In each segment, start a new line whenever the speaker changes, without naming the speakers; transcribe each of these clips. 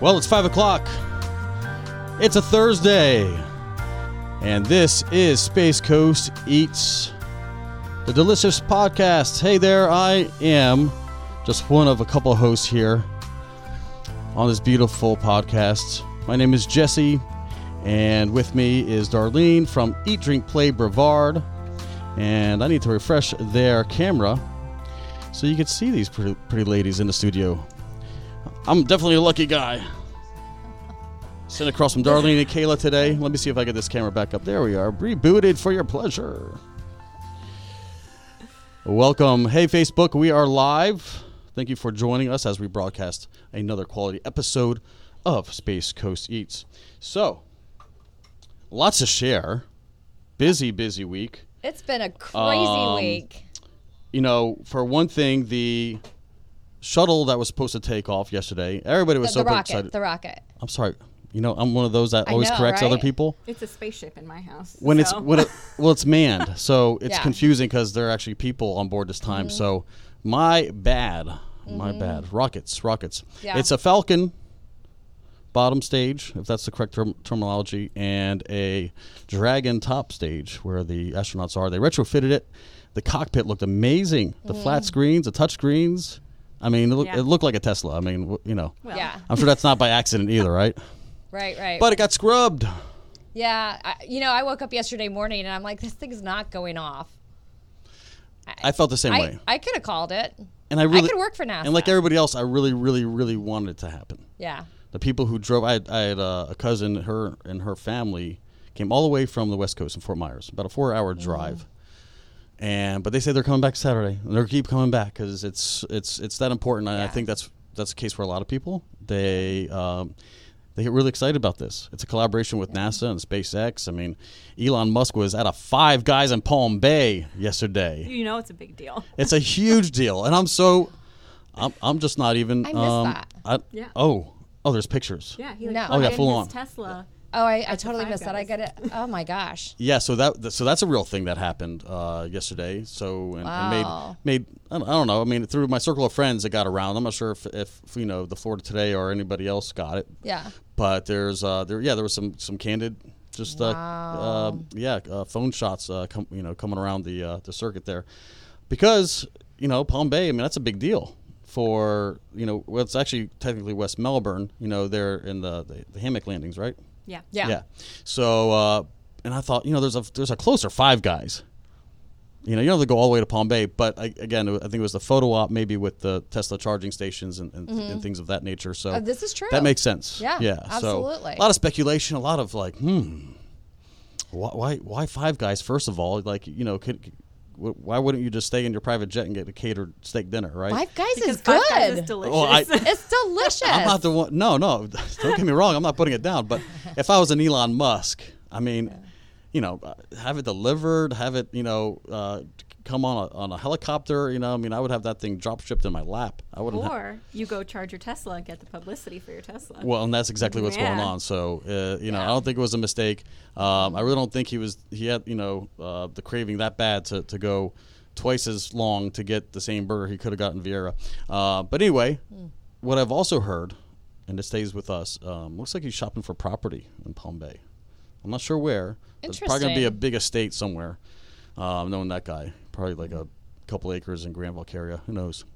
Well, it's 5 o'clock. It's a Thursday. And this is Space Coast Eats, the delicious podcast. Hey there, I am just one of a couple hosts here on this beautiful podcast. My name is Jesse, and with me is Darlene from Eat, Drink, Play Brevard. And I need to refresh their camera so you can see these pretty, pretty ladies in the studio. I'm definitely a lucky guy. Sitting across from Darlene and Kayla today. Let me see if I get this camera back up. There we are. Rebooted for your pleasure. Welcome. Hey, Facebook, we are live. Thank you for joining us as we broadcast another quality episode of Space Coast Eats. So, lots to share. Busy, busy week.
It's been a crazy
Um,
week.
you know, for one thing, the shuttle that was supposed to take off yesterday, everybody
The,
was
the
super
rocket,
excited.
the rocket.
I'm sorry, you know, I'm one of those that
I
always
know,
corrects other
right?
people
It's a spaceship in my house.
when it's
so-
when it, well, it's manned, so it's
Yeah. Mm-hmm.
confusing because there are actually people on board this time. So my bad, my bad. Rockets, rockets.
Yeah.
It's a Falcon bottom stage, if that's the correct term- terminology, and a Dragon top stage where the astronauts are. They retrofitted it. The cockpit looked amazing.
Mm.
The flat screens, the touch screens. I mean, it, look,
Yeah.
it looked like a Tesla. I mean, w- you know,
Well,
yeah,
I'm sure that's not by accident either, right?
right, right.
But it got scrubbed.
yeah, I, you know, I woke up yesterday morning and I'm like, this thing's not going off.
I felt the same way.
I, I could have called it.
And I really
could work for NASA.
And like everybody else, I really, really, really wanted it to happen.
Yeah,
The people who drove, I had, I had uh, a cousin, her and her family came all the way from the West Coast in Fort Myers, about a four-hour
Mm.
drive. And but they say they're coming back Saturday, and they're keep coming back because it's it's it's that important. And I
Yeah.
think that's that's the case for a lot of people. They um, they get really excited about this. It's a collaboration with NASA and SpaceX. I mean, Elon Musk was out of five guys in Palm Bay yesterday.
you know it's a big deal.
It's a huge deal, and I'm so, I'm, I'm just not even.
I miss
um,
that.
I-
Yeah.
Oh, oh, there's pictures.
Yeah, he
like,
like
No.
no.
Oh, yeah,
full on.
his Tesla.
Oh, I, I totally
Five
missed that. I
Guys.
got it. Oh my gosh.
Yeah, so that th- so that's a real thing that happened uh, yesterday. So and,
Wow.
and made made I don't- I don't know. I mean, through my circle of friends, it got around. I'm not sure if, if you know the Florida Today or anybody else got it.
Yeah.
But there's uh there yeah there was some some candid just uh,
Wow.
uh yeah uh, phone shots uh com- you know coming around the uh, the circuit there because you know Palm Bay I mean that's a big deal for you know well it's actually technically West Melbourne you know they're in the the, the hammock landings right
Yeah.
Yeah.
so uh and I thought you know there's a there's a closer five guys you know, you don't have to go all the way to Palm Bay, but I, again, I think it was the photo op, maybe with the Tesla charging stations and, and, and things of that nature. So
Oh, Mm-hmm. this is true.
That makes sense.
Yeah,
yeah.
absolutely.
So, a lot of speculation, a lot of like, hmm, why, why, why five guys? First of all, like, you know, could, wh- why wouldn't you just stay in your private jet and get a catered steak dinner, right?
Five Guys
Because
is
Five Guys
good.
is delicious.
Well, I-
it's delicious.
I'm not the one. No, no. Don't get me wrong. I'm not putting it down. But if I was an Elon Musk, I mean, you know, uh, have it delivered, have it, you know, uh, come on a, on a helicopter. You know, I mean, I would have that thing drop shipped in my lap. I wouldn't. ha-
or you go charge your Tesla and get the publicity for your Tesla.
well, and that's exactly what's going
Yeah.
on. So, uh, you know, I don't think it was a mistake. Um, I really don't think he was he had you know uh, the craving that bad to, to go twice as long to get the same burger he could have gotten in Vieira. Uh, but anyway, what I've also heard, and it stays with us, um, looks like he's shopping for property in Palm Bay. I'm not sure where. It's probably going to be a
Interesting.
big estate somewhere. Um, knowing that guy, probably like a couple acres in Grand Valcaria. Who knows?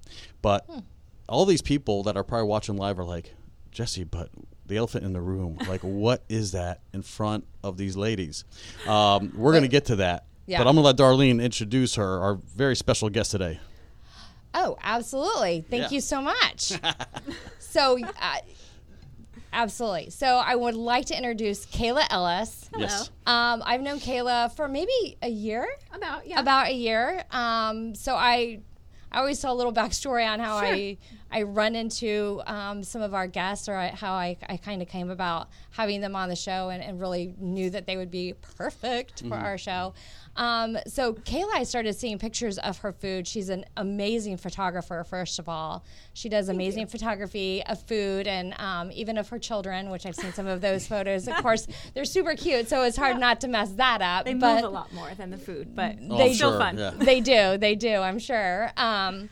But
Hmm.
all these people that are probably watching live are like, Jesse, but the elephant in the room. Like, what is that in front of these ladies? Um, we're going to get to that.
Yeah.
But I'm going to let Darlene introduce her, our very special guest today.
Oh, absolutely. Thank
Yeah.
you so much. so, uh, absolutely. So, I would like to introduce Kayla Ellis.
Yes.
Um, I've known Kayla for maybe a year,
About yeah.
about a year. Um, so I, I always tell a little backstory on how
Sure.
I, I run into um, some of our guests or I, how I, I kind of came about having them on the show and, and really knew that they would be perfect
Mm-hmm.
for our show. Um, so Kayla, I started seeing pictures of her food. She's an amazing photographer. First of all, she does amazing photography of food and um, even of her children, which I've seen some of those photos. Of course, they're super cute, so it's hard not to mess that up.
they
but
move a lot more than the food, but
Oh,
they
I'm
still
sure,
fun.
yeah.
they do. They do. I'm sure. Um,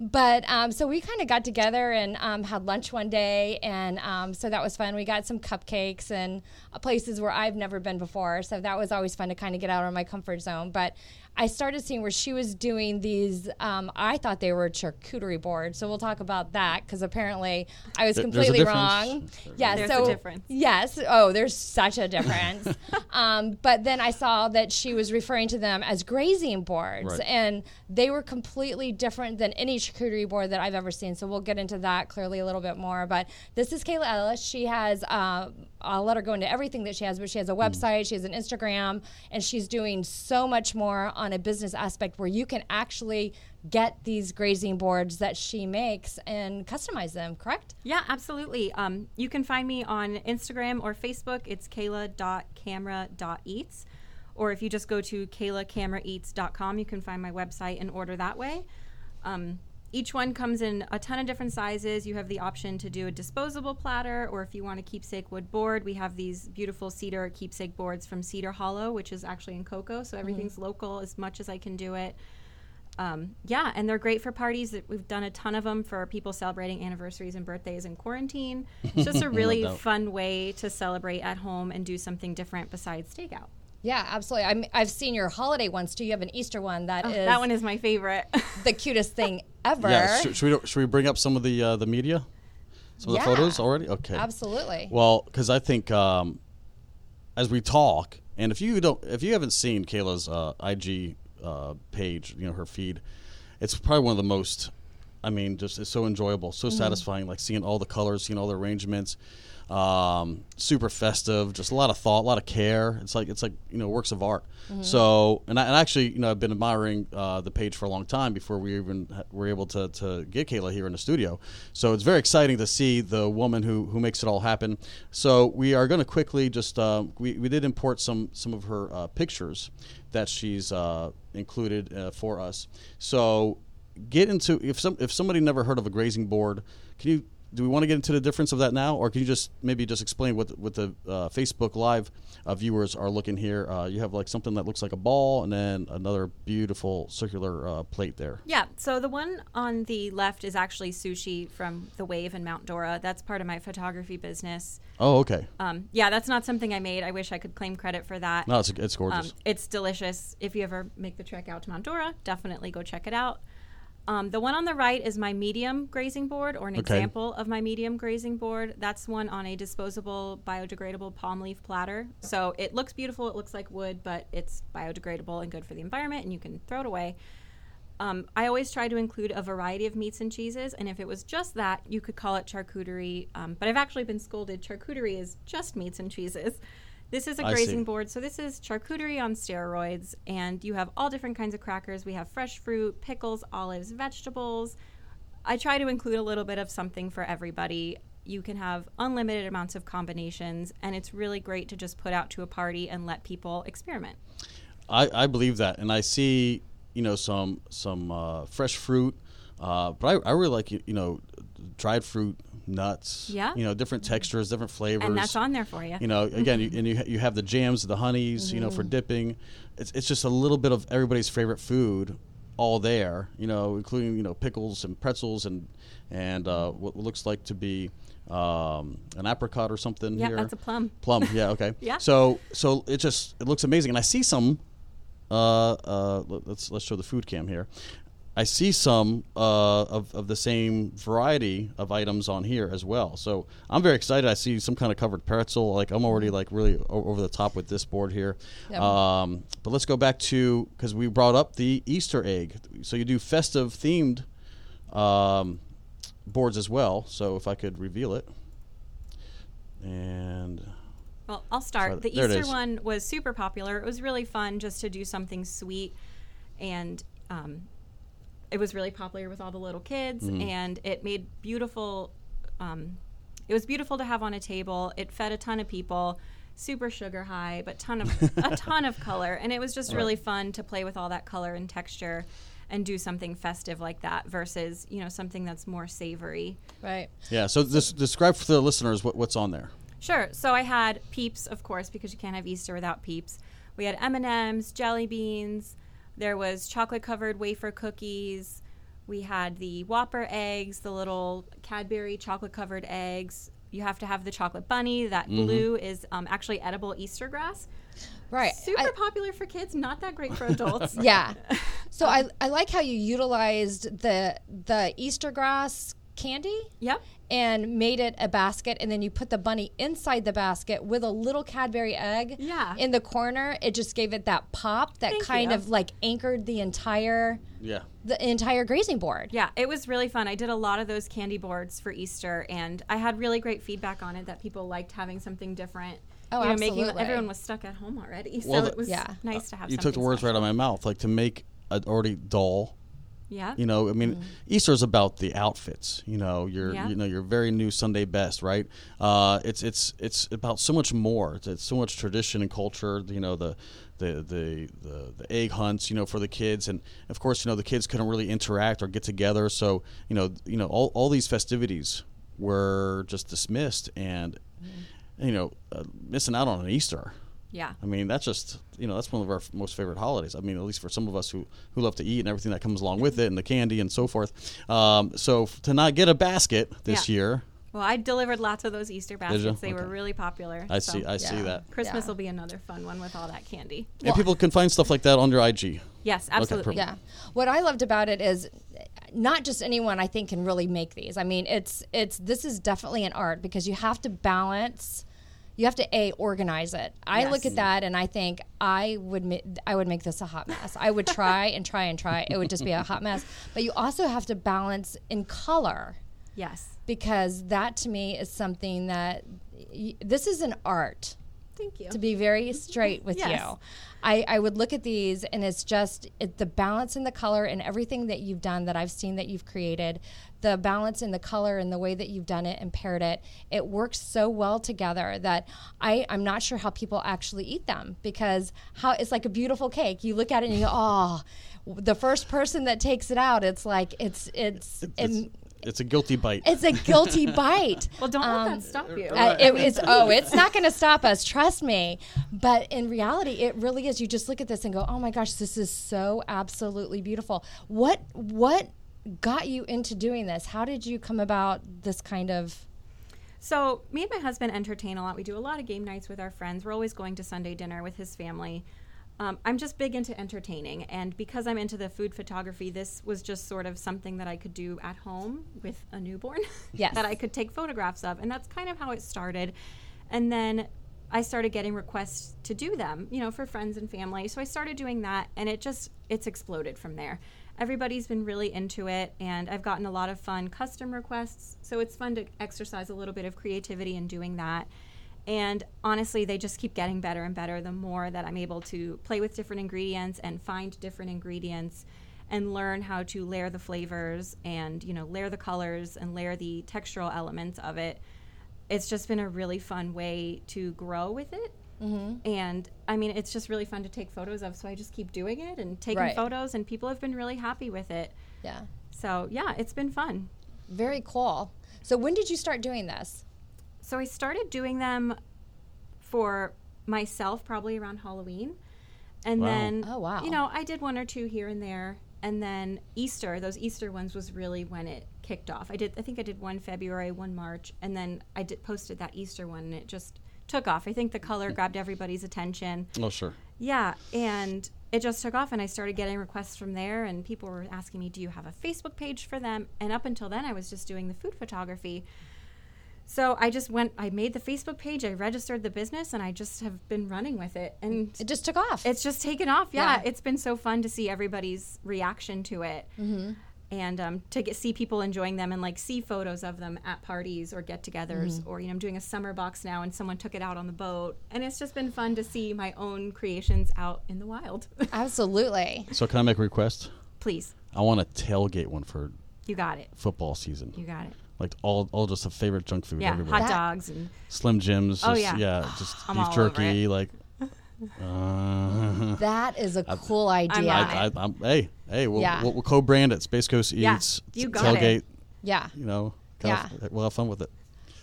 But um, so we kind of got together and um, had lunch one day, and um, so that was fun. We got some cupcakes and uh, places where I've never been before, so that was always fun to kind of get out of my comfort zone. But I started seeing where she was doing these. Um, I thought they were charcuterie boards, so we'll talk about that because apparently I was
There- there's a
completely
difference.
wrong. Yeah,
There's a
so
difference.
Yes. Oh, there's such a difference. um, but then I saw that she was referring to them as grazing boards,
Right.
and they were completely different than any charcuterie board that I've ever seen. So we'll get into that clearly a little bit more. But this is Kayla Ellis. She has, uh, I'll let her go into everything that she has, but she has a website, she has an Instagram, and she's doing so much more on a business aspect where you can actually get these grazing boards that she makes and customize them, correct?
Yeah, absolutely. Um, you can find me on Instagram or Facebook. It's kayla.camera.eats. Or if you just go to kaylacameraeats.com, you can find my website and order that way. Um, each one comes in a ton of different sizes. You have the option to do a disposable platter, or if you want a keepsake wood board, we have these beautiful cedar keepsake boards from Cedar Hollow, which is actually in Cocoa. So everything's local as much as I can do it. Um, yeah, and they're great for parties. That We've done a ton of them for people celebrating anniversaries and birthdays in quarantine. It's just a really
doubt.
fun way to celebrate at home and do something different besides takeout.
Yeah, absolutely. I'm, I've seen your holiday ones too. You have an Easter one that is
Oh, that one is my favorite.
the cutest thing ever.
Yeah, should, should we should we bring up some of the uh, the media, some of
Yeah.
the photos already? Okay,
Absolutely.
Well, because I think um, as we talk, and if you don't, if you haven't seen Kayla's uh, IG uh, page, you know her feed, it's probably one of the most. I mean, just it's so enjoyable, so satisfying. Like seeing all the colors, seeing all the arrangements, um, super festive. Just a lot of thought, a lot of care. It's like it's like you know works of art. So, and I and actually, you know, I've been admiring uh, the page for a long time before we even ha- were able to to get Kayla here in the studio. So it's very exciting to see the woman who who makes it all happen. So we are going to quickly just um, we we did import some some of her uh, pictures that she's uh, included uh, for us. So get into if some if somebody never heard of a grazing board, can you? Do we want to get into the difference of that now, or can you just maybe just explain what the- what the uh, Facebook Live uh, viewers are looking here? Uh, you have like something that looks like a ball, and then another beautiful circular uh, plate there.
yeah, so the one on the left is actually sushi from The Wave in Mount Dora. That's part of my photography business.
Oh, okay.
Um, yeah, that's not something I made. I wish I could claim credit for that.
No, it's it's
Um,
gorgeous.
it's delicious. If you ever make the trek out to Mount Dora, definitely go check it out. Um, the one on the right is my medium grazing board, or an
Okay.
example of my medium grazing board. That's one on a disposable, biodegradable palm leaf platter. So it looks beautiful. It looks like wood, but it's biodegradable and good for the environment, and you can throw it away. Um, I always try to include a variety of meats and cheeses, and if it was just that, you could call it charcuterie. Um, but I've actually been scolded. Charcuterie is just meats and cheeses. This is a
I see.
grazing board, so this is charcuterie on steroids, and you have all different kinds of crackers. We have fresh fruit, pickles, olives, vegetables. I try to include a little bit of something for everybody. You can have unlimited amounts of combinations, and it's really great to just put out to a party and let people experiment.
I, I believe that, and I see you know some some uh, fresh fruit, uh, but I, I really like you know dried fruit, nuts.
Yeah. Mm-hmm.
You know different textures, different flavors.
And that's on there Mm-hmm. for you.
You know, again, you, and you, you have the jams, the honeys, you know, for dipping. It's, it's just a little bit of everybody's favorite food all there, you know, including, you know, pickles and pretzels and, and uh, what looks like to be um, an apricot or something
Yeah,
here.
that's a plum.
Plum, yeah, okay.
Yeah.
So, so it just, it looks amazing. And I see some, uh, uh, let- let's, let's show the food cam here. I see some uh, of, of the same variety of items on here as well. So I'm very excited. I see some kind of covered pretzel. Like I'm already like really o- over the top with this board here.
Yep.
Um, but let's go back to because we brought up the Easter egg. So you do festive themed um, boards as well. So if I could reveal it, and
Well, I'll
So
start. The
there it
Easter
is.
one was super popular. It was really fun just to do something sweet, and um, it was really popular with all the little kids.
Mm-hmm.
And it made beautiful. Um, it was beautiful to have on a table. It fed a ton of people. Super sugar high, but ton of a ton of color, and it was just really fun to play with all that color and texture, and do something festive like that versus you know something that's more savory.
Right.
yeah. So this describe for the listeners what, what's on there.
Sure. So I had peeps, of course, because you can't have Easter without peeps. We had M and M's, jelly beans. There was chocolate covered wafer cookies. We had the Whopper eggs, the little Cadbury chocolate covered eggs. You have to have the chocolate bunny. That blue is um, actually edible Easter grass.
Right.
Super
I-
popular for kids, not that great for adults.
yeah. So I, I like how you utilized the the Easter grass candy
Yep.
and made it a basket and then you put the bunny inside the basket with a little Cadbury egg
Yeah.
in the corner. It just gave it that pop that
Thank
kind
you.
of like anchored the entire
Yeah.
the entire grazing board.
Yeah, it was really fun. I did a lot of those candy boards for Easter, and I had really great feedback on it that people liked having something different.
Oh,
you know, making-
absolutely.
everyone was stuck at home already, so
Well, the-
it was
Yeah.
nice to have.
You took the
something
words
special.
right out of my mouth. Like to make an already dull
Yeah. Mm-hmm.
You know, I mean, Easter is about the outfits. You know, your
Yeah.
you know your very new Sunday best, right? Uh, it's it's it's about so much more. It's, it's so much tradition and culture. You know the. The, the, the, the egg hunts you know for the kids and of course you know the kids couldn't really interact or get together so you know you know all, all these festivities were just dismissed and
Mm-hmm.
you know uh, missing out on an Easter
yeah.
I mean, that's just you know that's one of our f- most favorite holidays. I mean, at least for some of us who who love to eat and everything that comes along with it, and the candy and so forth. Um, so f- to not get a basket this
Yeah.
year,
Well, I delivered lots of those Easter
you?
baskets. They were
Okay.
really popular.
I
so
see I see
yeah.
that.
Christmas
Yeah.
will be another fun one with all that candy.
and people can find stuff like that on your IG.
Yes, absolutely.
perfect.
Yeah. What I loved about it is not just anyone I think can really make these. I mean, it's it's this is definitely an art because you have to balance you have to a organize it. I look
Yes.
at that and I think I would ma- I would make this a hot mess. I would try and try and try. It would just be a hot mess. But you also have to balance in color
Yes.
because that to me is something that y- this is an art
Thank you.
to be very straight with
Yes.
you. I, I would look at these and it's just it, the balance in the color and everything that you've done that I've seen that you've created, the balance in the color and the way that you've done it and paired it, it works so well together that I, I'm not sure how people actually eat them because how it's like a beautiful cake. You look at it and you go, oh, the first person that takes it out, it's like it's it's
It's,
it's,
it's a guilty bite.
it's a guilty bite.
well, don't
Um,
let that stop you.
uh, it, it's oh, it's not going to stop us. Trust me. But in reality, it really is. You just look at this and go, "Oh my gosh, this is so absolutely beautiful." What what got you into doing this? How did you come about this kind of?
So, me and my husband entertain a lot. We do a lot of game nights with our friends. We're always going to Sunday dinner with his family. Um, I'm just big into entertaining, and because I'm into the food photography, this was just sort of something that I could do at home with a newborn
Yes.
that I could take photographs of, and that's kind of how it started. And then I started getting requests to do them, you know, for friends and family. So I started doing that, and it just it's exploded from there. Everybody's been really into it, and I've gotten a lot of fun custom requests. So it's fun to exercise a little bit of creativity in doing that. And honestly, they just keep getting better and better the more that I'm able to play with different ingredients and find different ingredients and learn how to layer the flavors and, you know, layer the colors and layer the textural elements of it. It's just been a really fun way to grow with it. And I mean, it's just really fun to take photos of. So I just keep doing it and taking
Right.
photos, and people have been really happy with it.
Yeah,
So yeah, it's been fun.
very cool. So when did you start doing this?
So I started doing them for myself probably around Halloween. And
Wow.
then
Oh, wow.
you know, I did one or two here and there. And then Easter, those Easter ones was really when it kicked off. I did I think I did one February, one March, and then I did posted that Easter one and it just took off. I think the color grabbed everybody's attention.
oh sure.
Yeah, and it just took off, and I started getting requests from there, and people were asking me, "Do you have a Facebook page for them?" And up until then, I was just doing the food photography. So I just went, I made the Facebook page, I registered the business, and I just have been running with it, and
It just took off.
it's just taken off. Yeah,
Yeah.
it's been so fun to see everybody's reaction to it. And um, to get, see people enjoying them and like see photos of them at parties or get togethers, or you know, I'm doing a summer box now and someone took it out on the boat. And it's just been fun to see my own creations out in the wild.
absolutely.
So can I make a request?
Please,
I want to tailgate one for
you got it.
football season.
You got it.
Like all all just a favorite junk food.
Yeah,
everybody.
hot dogs and
Slim Jims.
Oh,
just-
yeah.
Just
I'm
beef
all over
jerky.
it.
Like. Uh,
That is a cool idea.
on
I, I, I'm, hey, hey, we'll,
Yeah.
we'll, we'll co-brand it. Space Coast
Yeah,
Eats.
you
t-
got it.
tailgate.
yeah.
You know, kind of, we'll have fun with it.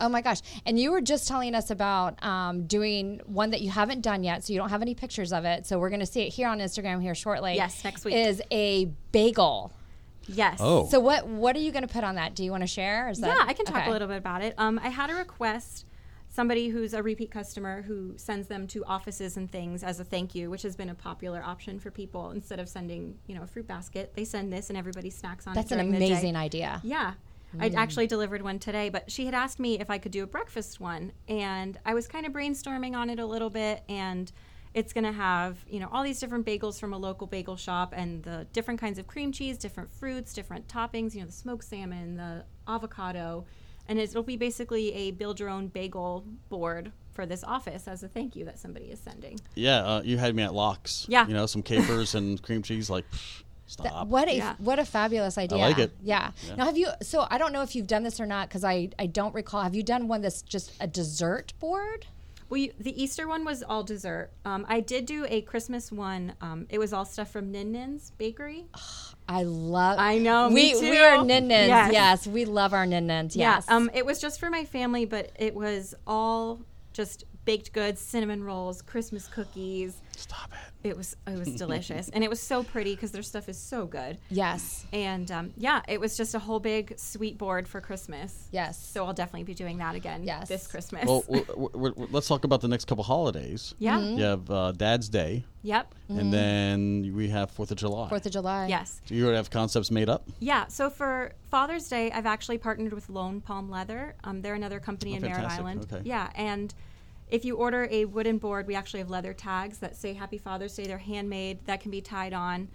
Oh my gosh. And you were just telling us about um, doing one that you haven't done yet, so you don't have any pictures of it. So we're going to see it here on Instagram here shortly.
Yes, next week.
Is a bagel.
Yes.
Oh.
So what what are you going to put on that? Do you want to share? Is that,
yeah, I can talk
okay.
a little bit about it. Um, I had a request, somebody who's a repeat customer who sends them to offices and things as a thank you, which has been a popular option for people. Instead of sending, you know, a fruit basket, they send this and everybody snacks on
That's
it.
an
during the day.
amazing idea.
Yeah. I actually delivered one today, but she had asked me if I could do a breakfast one, and I was kind of brainstorming on it a little bit and it's going to have, you know, all these different bagels from a local bagel shop and the different kinds of cream cheese, different fruits, different toppings, you know, the smoked salmon, the avocado, and it'll be basically a build your own bagel board for this office as a thank you that somebody is sending.
Yeah, uh, you had me at locks.
Yeah.
You know, some capers and cream cheese. Like, pff,
Th-
stop.
what a
Yeah.
what a fabulous idea!
like it.
Yeah. Now, have you? So I don't know if you've done this or not because I I don't recall. Have you done one that's just a dessert board?
Well, you, the Easter one was all dessert. Um, I did do a Christmas one. Um, it was all stuff from Nin Nin's Bakery.
I love.
I know, me
We we are
too.
nin Yes.
Yes.
we love our nin Yes.
Yeah, Um, it was just for my family, but it was all just baked goods, cinnamon rolls, Christmas cookies.
Stop it.
It was it was delicious, and it was so pretty because their stuff is so good.
yes.
And um, yeah, it was just a whole big sweet board for Christmas.
Yes.
So I'll definitely be doing that again.
Yes.
This Christmas.
Well, we we we let's talk about the next couple holidays.
yeah.
Mm-hmm.
Mm-hmm.
You have uh, Dad's Day,
Yep.
and then we have Fourth of July.
Fourth of July.
Yes.
Do you already have concepts made up?
Yeah. So for Father's Day, I've actually partnered with Lone Palm Leather. Um, they're another company
Oh,
in Merritt
fantastic.
Island.
Okay.
Yeah. And if you order a wooden board, we actually have leather tags that say Happy Father's Day. They're handmade, that can be tied on.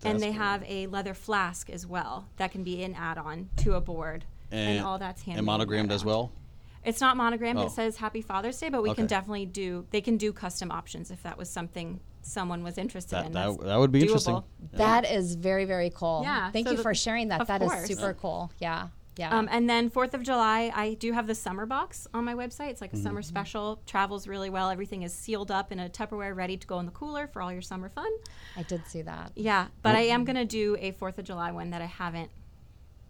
That's
and they
cool.
have a leather flask as well that can be an add on to a board. And, all that's handmade.
and monogrammed as
around.
well.
It's not monogrammed.
Oh.
It says Happy Father's Day, but we can
Okay.
definitely do, they can do custom options if that was something someone was interested
That
in.
that,
That's
that would be interesting.
doable.
That is very very cool.
Yeah,
Thank
so
you
the-
for sharing that.
of
That is
course.
super cool. Yeah. Yeah.
Um, and then Fourth of July, I do have the summer box on my website.
Mm-hmm.
It's like a summer special. Travels really well. Everything is sealed up in a Tupperware, ready to go in the cooler for all your summer fun.
I did see that.
Yeah, but I am gonna do a Fourth of July one that I haven't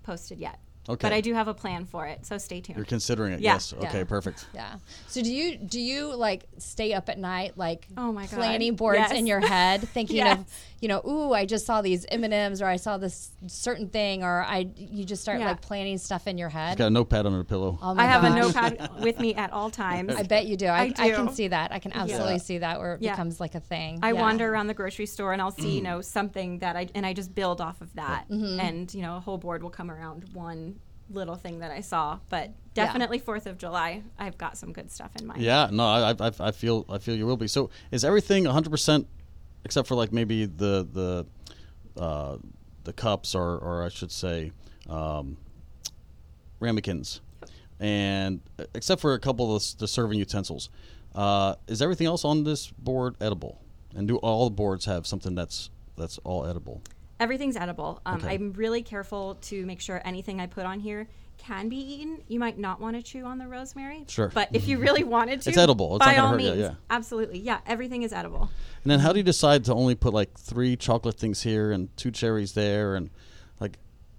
posted yet.
Okay.
But I do have a plan for it, so stay tuned.
You're considering it.
Yeah.
Yes. Okay.
Yeah.
Perfect.
Yeah. So do you do you like stay up at night like
Oh my God.
planning boards
Yes.
in your head thinking of
Yes.
you know ooh I just saw these M and M's or I saw this certain thing or I you just start
Yeah.
like planning stuff in your
I've
head.
got a notepad under the pillow.
Oh my
I have a
gosh.
notepad with me at all times.
I bet you do. I, I
I
can
do.
see that. I can absolutely
Yeah.
see that where it
Yeah.
becomes like a thing.
I
Yeah.
wander around the grocery store and I'll see, you
Mm.
know, something that I and I just build off of that,
Mm-hmm.
and you know, a whole board will come around one little thing that I saw. But definitely Fourth of July, I've got some good stuff in mind.
Yeah, no, I, I, I feel I feel you will be. So is everything 100 percent except for like maybe the the uh, the cups or or I should say um, ramekins, and uh, except for a couple of the, s- the serving utensils, uh, is everything else on this board edible? And do all the boards have something that's that's all edible?
Everything's edible. Um,
Okay.
I'm really careful to make sure anything I put on here can be eaten. You might not want to chew on the rosemary,
Sure.
but if you really wanted to,
It's edible. It's
by
not gonna
all
hurt you,
means,
yeah.
absolutely, yeah. Everything is edible.
And then how do you decide to only put like three chocolate things here and two cherries there and like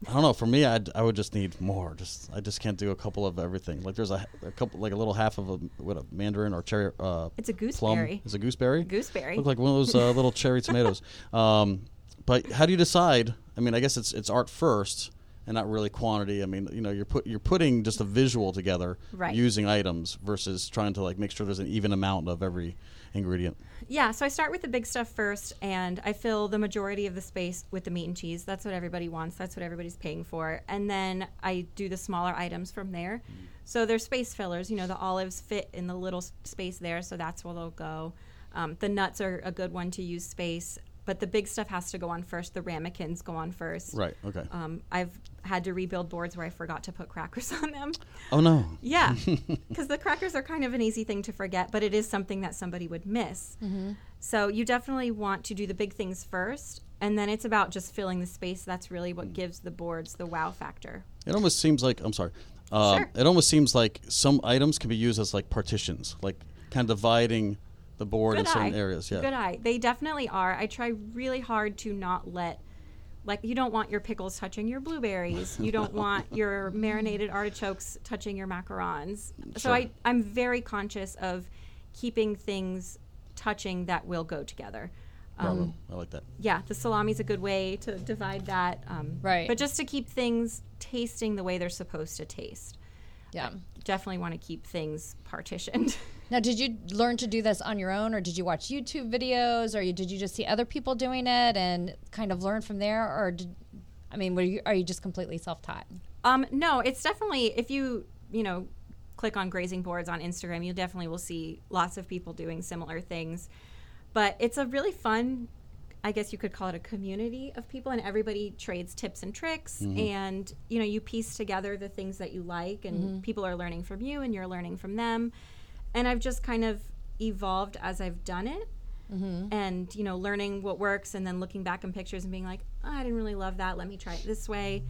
I don't know. For me, I'd, I would just need more. Just I just can't do a couple of everything. Like there's a, a couple, like a little half of a what a mandarin or cherry. Uh,
It's a
plum.
gooseberry.
It's a gooseberry.
Gooseberry.
Look like one of those uh, little cherry tomatoes. Um, but how do you decide? I mean, I guess it's it's art first and not really quantity. I mean, you know, you're put you're putting just a visual together
Right.
using items versus trying to like make sure there's an even amount of every ingredient.
Yeah, so I start with the big stuff first, and I fill the majority of the space with the meat and cheese. That's what everybody wants. That's what everybody's paying for. And then I do the smaller items from there. So there's space fillers. You know, the olives fit in the little s- space there, so that's where they'll go. Um, the nuts are a good one to use space, but the big stuff has to go on first. The ramekins go on first.
Right. Okay.
Um, I've had to rebuild boards where I forgot to put crackers on them.
Oh no.
Yeah, because the crackers are kind of an easy thing to forget, but it is something that somebody would miss. So you definitely want to do the big things first, and then it's about just filling the space. That's really
Mm.
what gives the boards the wow factor.
It almost seems like I'm sorry. Um,
Sure.
It almost seems like some items can be used as like partitions, like kind of dividing the board in certain areas. Yeah.
Good eye. They definitely are. I try really hard to not let like you don't want your pickles touching your blueberries. You don't want your marinated artichokes touching your macarons. So
Sure.
I, I'm very conscious of keeping things touching that will go together.
problem. I
Um,
like that.
yeah, the salami's a good way to divide that. Um,
Right.
But just to keep things tasting the way they're supposed to taste.
Yeah.
Definitely want to keep things partitioned.
Now, did you learn to do this on your own, or did you watch YouTube videos, or you, did you just see other people doing it and kind of learn from there, or did, I mean, were you, are you just completely self-taught?
Um, no, it's definitely if you you know click on grazing boards on Instagram, you definitely will see lots of people doing similar things. But it's a really fun, I guess you could call it a community of people, and everybody trades tips and tricks, and you know you piece together the things that you like, and people are learning from you, and you're learning from them. And I've just kind of evolved as I've done it.
Mm-hmm.
And you know, learning what works, and then looking back in pictures and being like, "Oh, I didn't really love that. Let me try it this way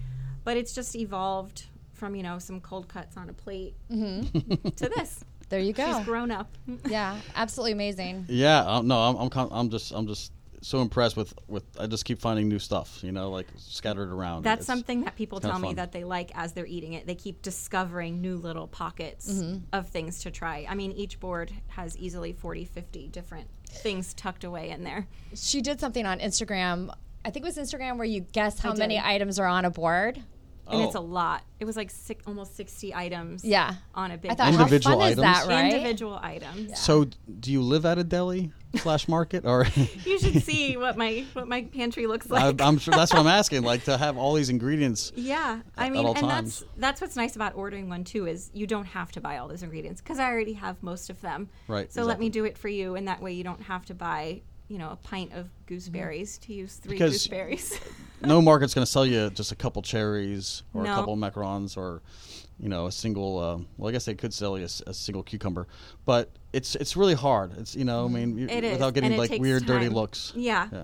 but it's just evolved from you know some cold cuts on a plate to this.
There you go.
She's grown up.
Mm-hmm. Oh. yeah, absolutely amazing.
Yeah, uh, no, I'm, I'm, con- I'm just, I'm just so impressed with, with. I just keep finding new stuff, you know, like scattered around.
That's
It's-
something that people
it's kinda
tell me
fun.
that they like as they're eating it. They keep discovering new little pockets
Mm-hmm.
of things to try. I mean, each board has easily 40, 50 different things tucked away in there.
She did something on Instagram. I think it was Instagram where you guess how
did.
many items are on a board.
Oh,
And it's a lot. It was like six, almost 60 items
Yeah.
on a big
I thought,
board.
Individual
how fun is that,
items?
right?
individual items.
So, d- do you live at a deli slash market, or
You should see what my what my pantry looks like.
I, I'm sure that's what I'm asking. Like to have all these ingredients.
Yeah,
at
I mean,
all
and
times.
that's that's what's nice about ordering one too is you don't have to buy all those ingredients because I already have most of them.
Right,
So let me
exactly.
do it for you, and that way you don't have to buy, you know, a pint of gooseberries to use three
Because-
gooseberries.
No market's going to sell you just a couple cherries or a
No.
couple macarons or, you know, a single. Uh, well, I guess they could sell you a, s- a single cucumber, but it's it's really hard. It's you know, I mean, you,
Mm-hmm. It is,
without getting
and it
like
takes
weird, dirty
time.
looks.
yeah.
Yeah.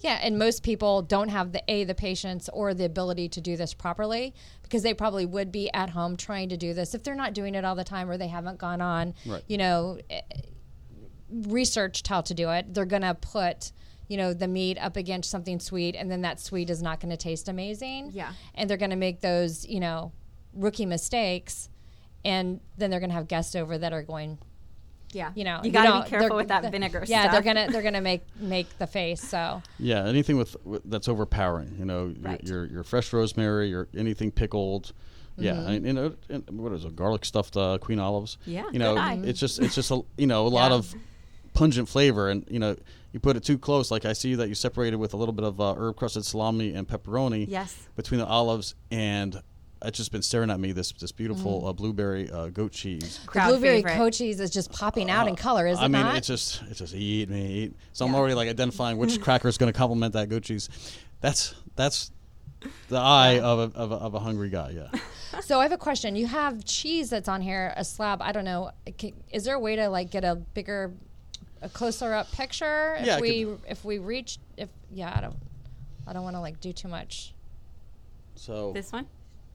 Yeah, and most people don't have the a the patience or the ability to do this properly because they probably would be at home trying to do this if they're not doing it all the time or they haven't gone on,
Right.
you know, eh, researched how to do it. They're gonna put you know the meat up against something sweet, and then that sweet is not going to taste amazing.
Yeah.
and they're going to make those you know rookie mistakes, and then they're going to have guests over that are going,
Yeah.
you know,
you gotta
know,
be careful
they're-
with that
th-
vinegar
Yeah,
stuff.
they're gonna they're gonna make make the face. So
Yeah, anything with, with that's overpowering. You know, your-
Right.
your your fresh rosemary, your anything pickled. Yeah, and, you know, and what is it? Garlic stuffed uh, queen olives.
Mm-hmm. Yeah,
you know,
good eye.
it's just it's just a you know a lot
Yeah.
of pungent flavor, and you know, you put it too close. Like I see that you separated with a little bit of uh, herb crusted salami and pepperoni.
Yes.
between the olives and. It's just been staring at me this this beautiful
Mm-hmm.
uh, blueberry uh, goat cheese.
Crowd
the blueberry
favorite.
cochise is just popping out in color, is it
Uh, I mean,
not?
it's just it's just eat me eat. So I'm already like identifying which cracker is going to complement that goat cheese. That's that's the eye of, a, of a of a hungry guy. Yeah.
so I have a question. You have cheese that's on here, a slab. I don't know. Ca- Is there a way to like get a bigger, a closer up picture? If
Yeah, I
we if we reach if yeah, I don't I don't want to like do too much
So
This one.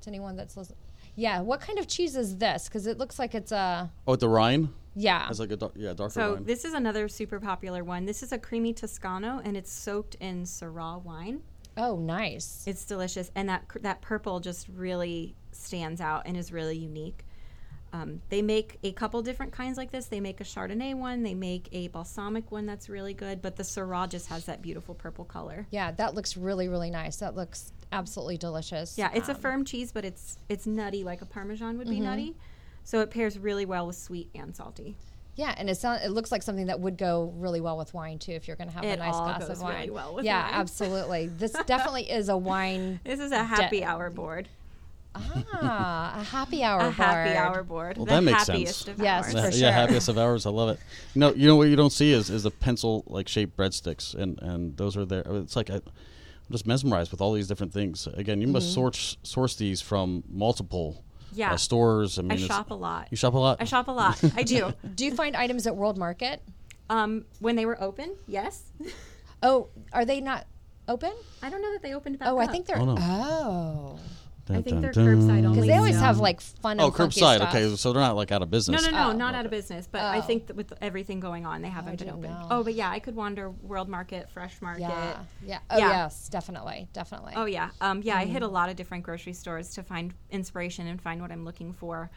to anyone that's listening. Yeah, what kind of cheese is this? Because it looks like it's a
oh, the rind
yeah.
It's like a dark, yeah darker
So
rind.
this is another super popular one. This is a creamy Toscano, and it's soaked in Syrah wine.
Oh, nice.
It's delicious, and that cr- that purple just really stands out and is really unique. Um, they make a couple different kinds like this. They make a Chardonnay one. They make a balsamic one that's really good, but the Syrah just has that beautiful purple color.
Yeah, that looks really really nice. That looks absolutely delicious.
Yeah, it's a firm cheese, but it's it's nutty like a Parmesan
Mm-hmm.
would be nutty. So it pairs really well with sweet and salty.
Yeah, and it sounds it looks like something that would go really well with wine too if you're going to have a
It
nice
all
glass
goes
of wine.
really well with
yeah,
wine.
absolutely. This definitely is a wine
This is a happy hour board.
ah, a happy hour
A happy
board.
hour board. the
that makes
happiest
sense.
of
Yes,
hours.
for
yeah,
sure.
yeah, happiest of hours. I love it. You know, you know what you don't see is is the pencil like shaped breadsticks, and and those are there. It's like I, I'm just mesmerized with all these different things. Again, you must source source these from multiple
Mm-hmm. Yeah.
uh, stores. I mean,
I
it's-
shop a lot.
You shop a lot.
I shop a lot. I do.
Do you find items at World Market?
Um, when they were open, yes.
Oh, are they not open?
I don't know that they opened back
Oh, I
up.
think they're
Oh, no.
oh.
Dun,
I think
dun,
they're
dun.
curbside only.
Cuz they always
so-
have like fun
Oh,
and funky
curbside.
stuff.
Okay, so they're not like out of business.
No, no, no,
Oh,
not out of business. But I
Oh.
think that with everything going on, they haven't been
didn't
open.
know.
Oh, but yeah, I could wander World Market, Fresh Market.
Yeah. Yeah. Oh,
Yeah.
yes, definitely. Definitely.
Oh yeah, um, yeah. I hit
Mm.
a lot of different grocery stores to find inspiration and find what I'm looking for.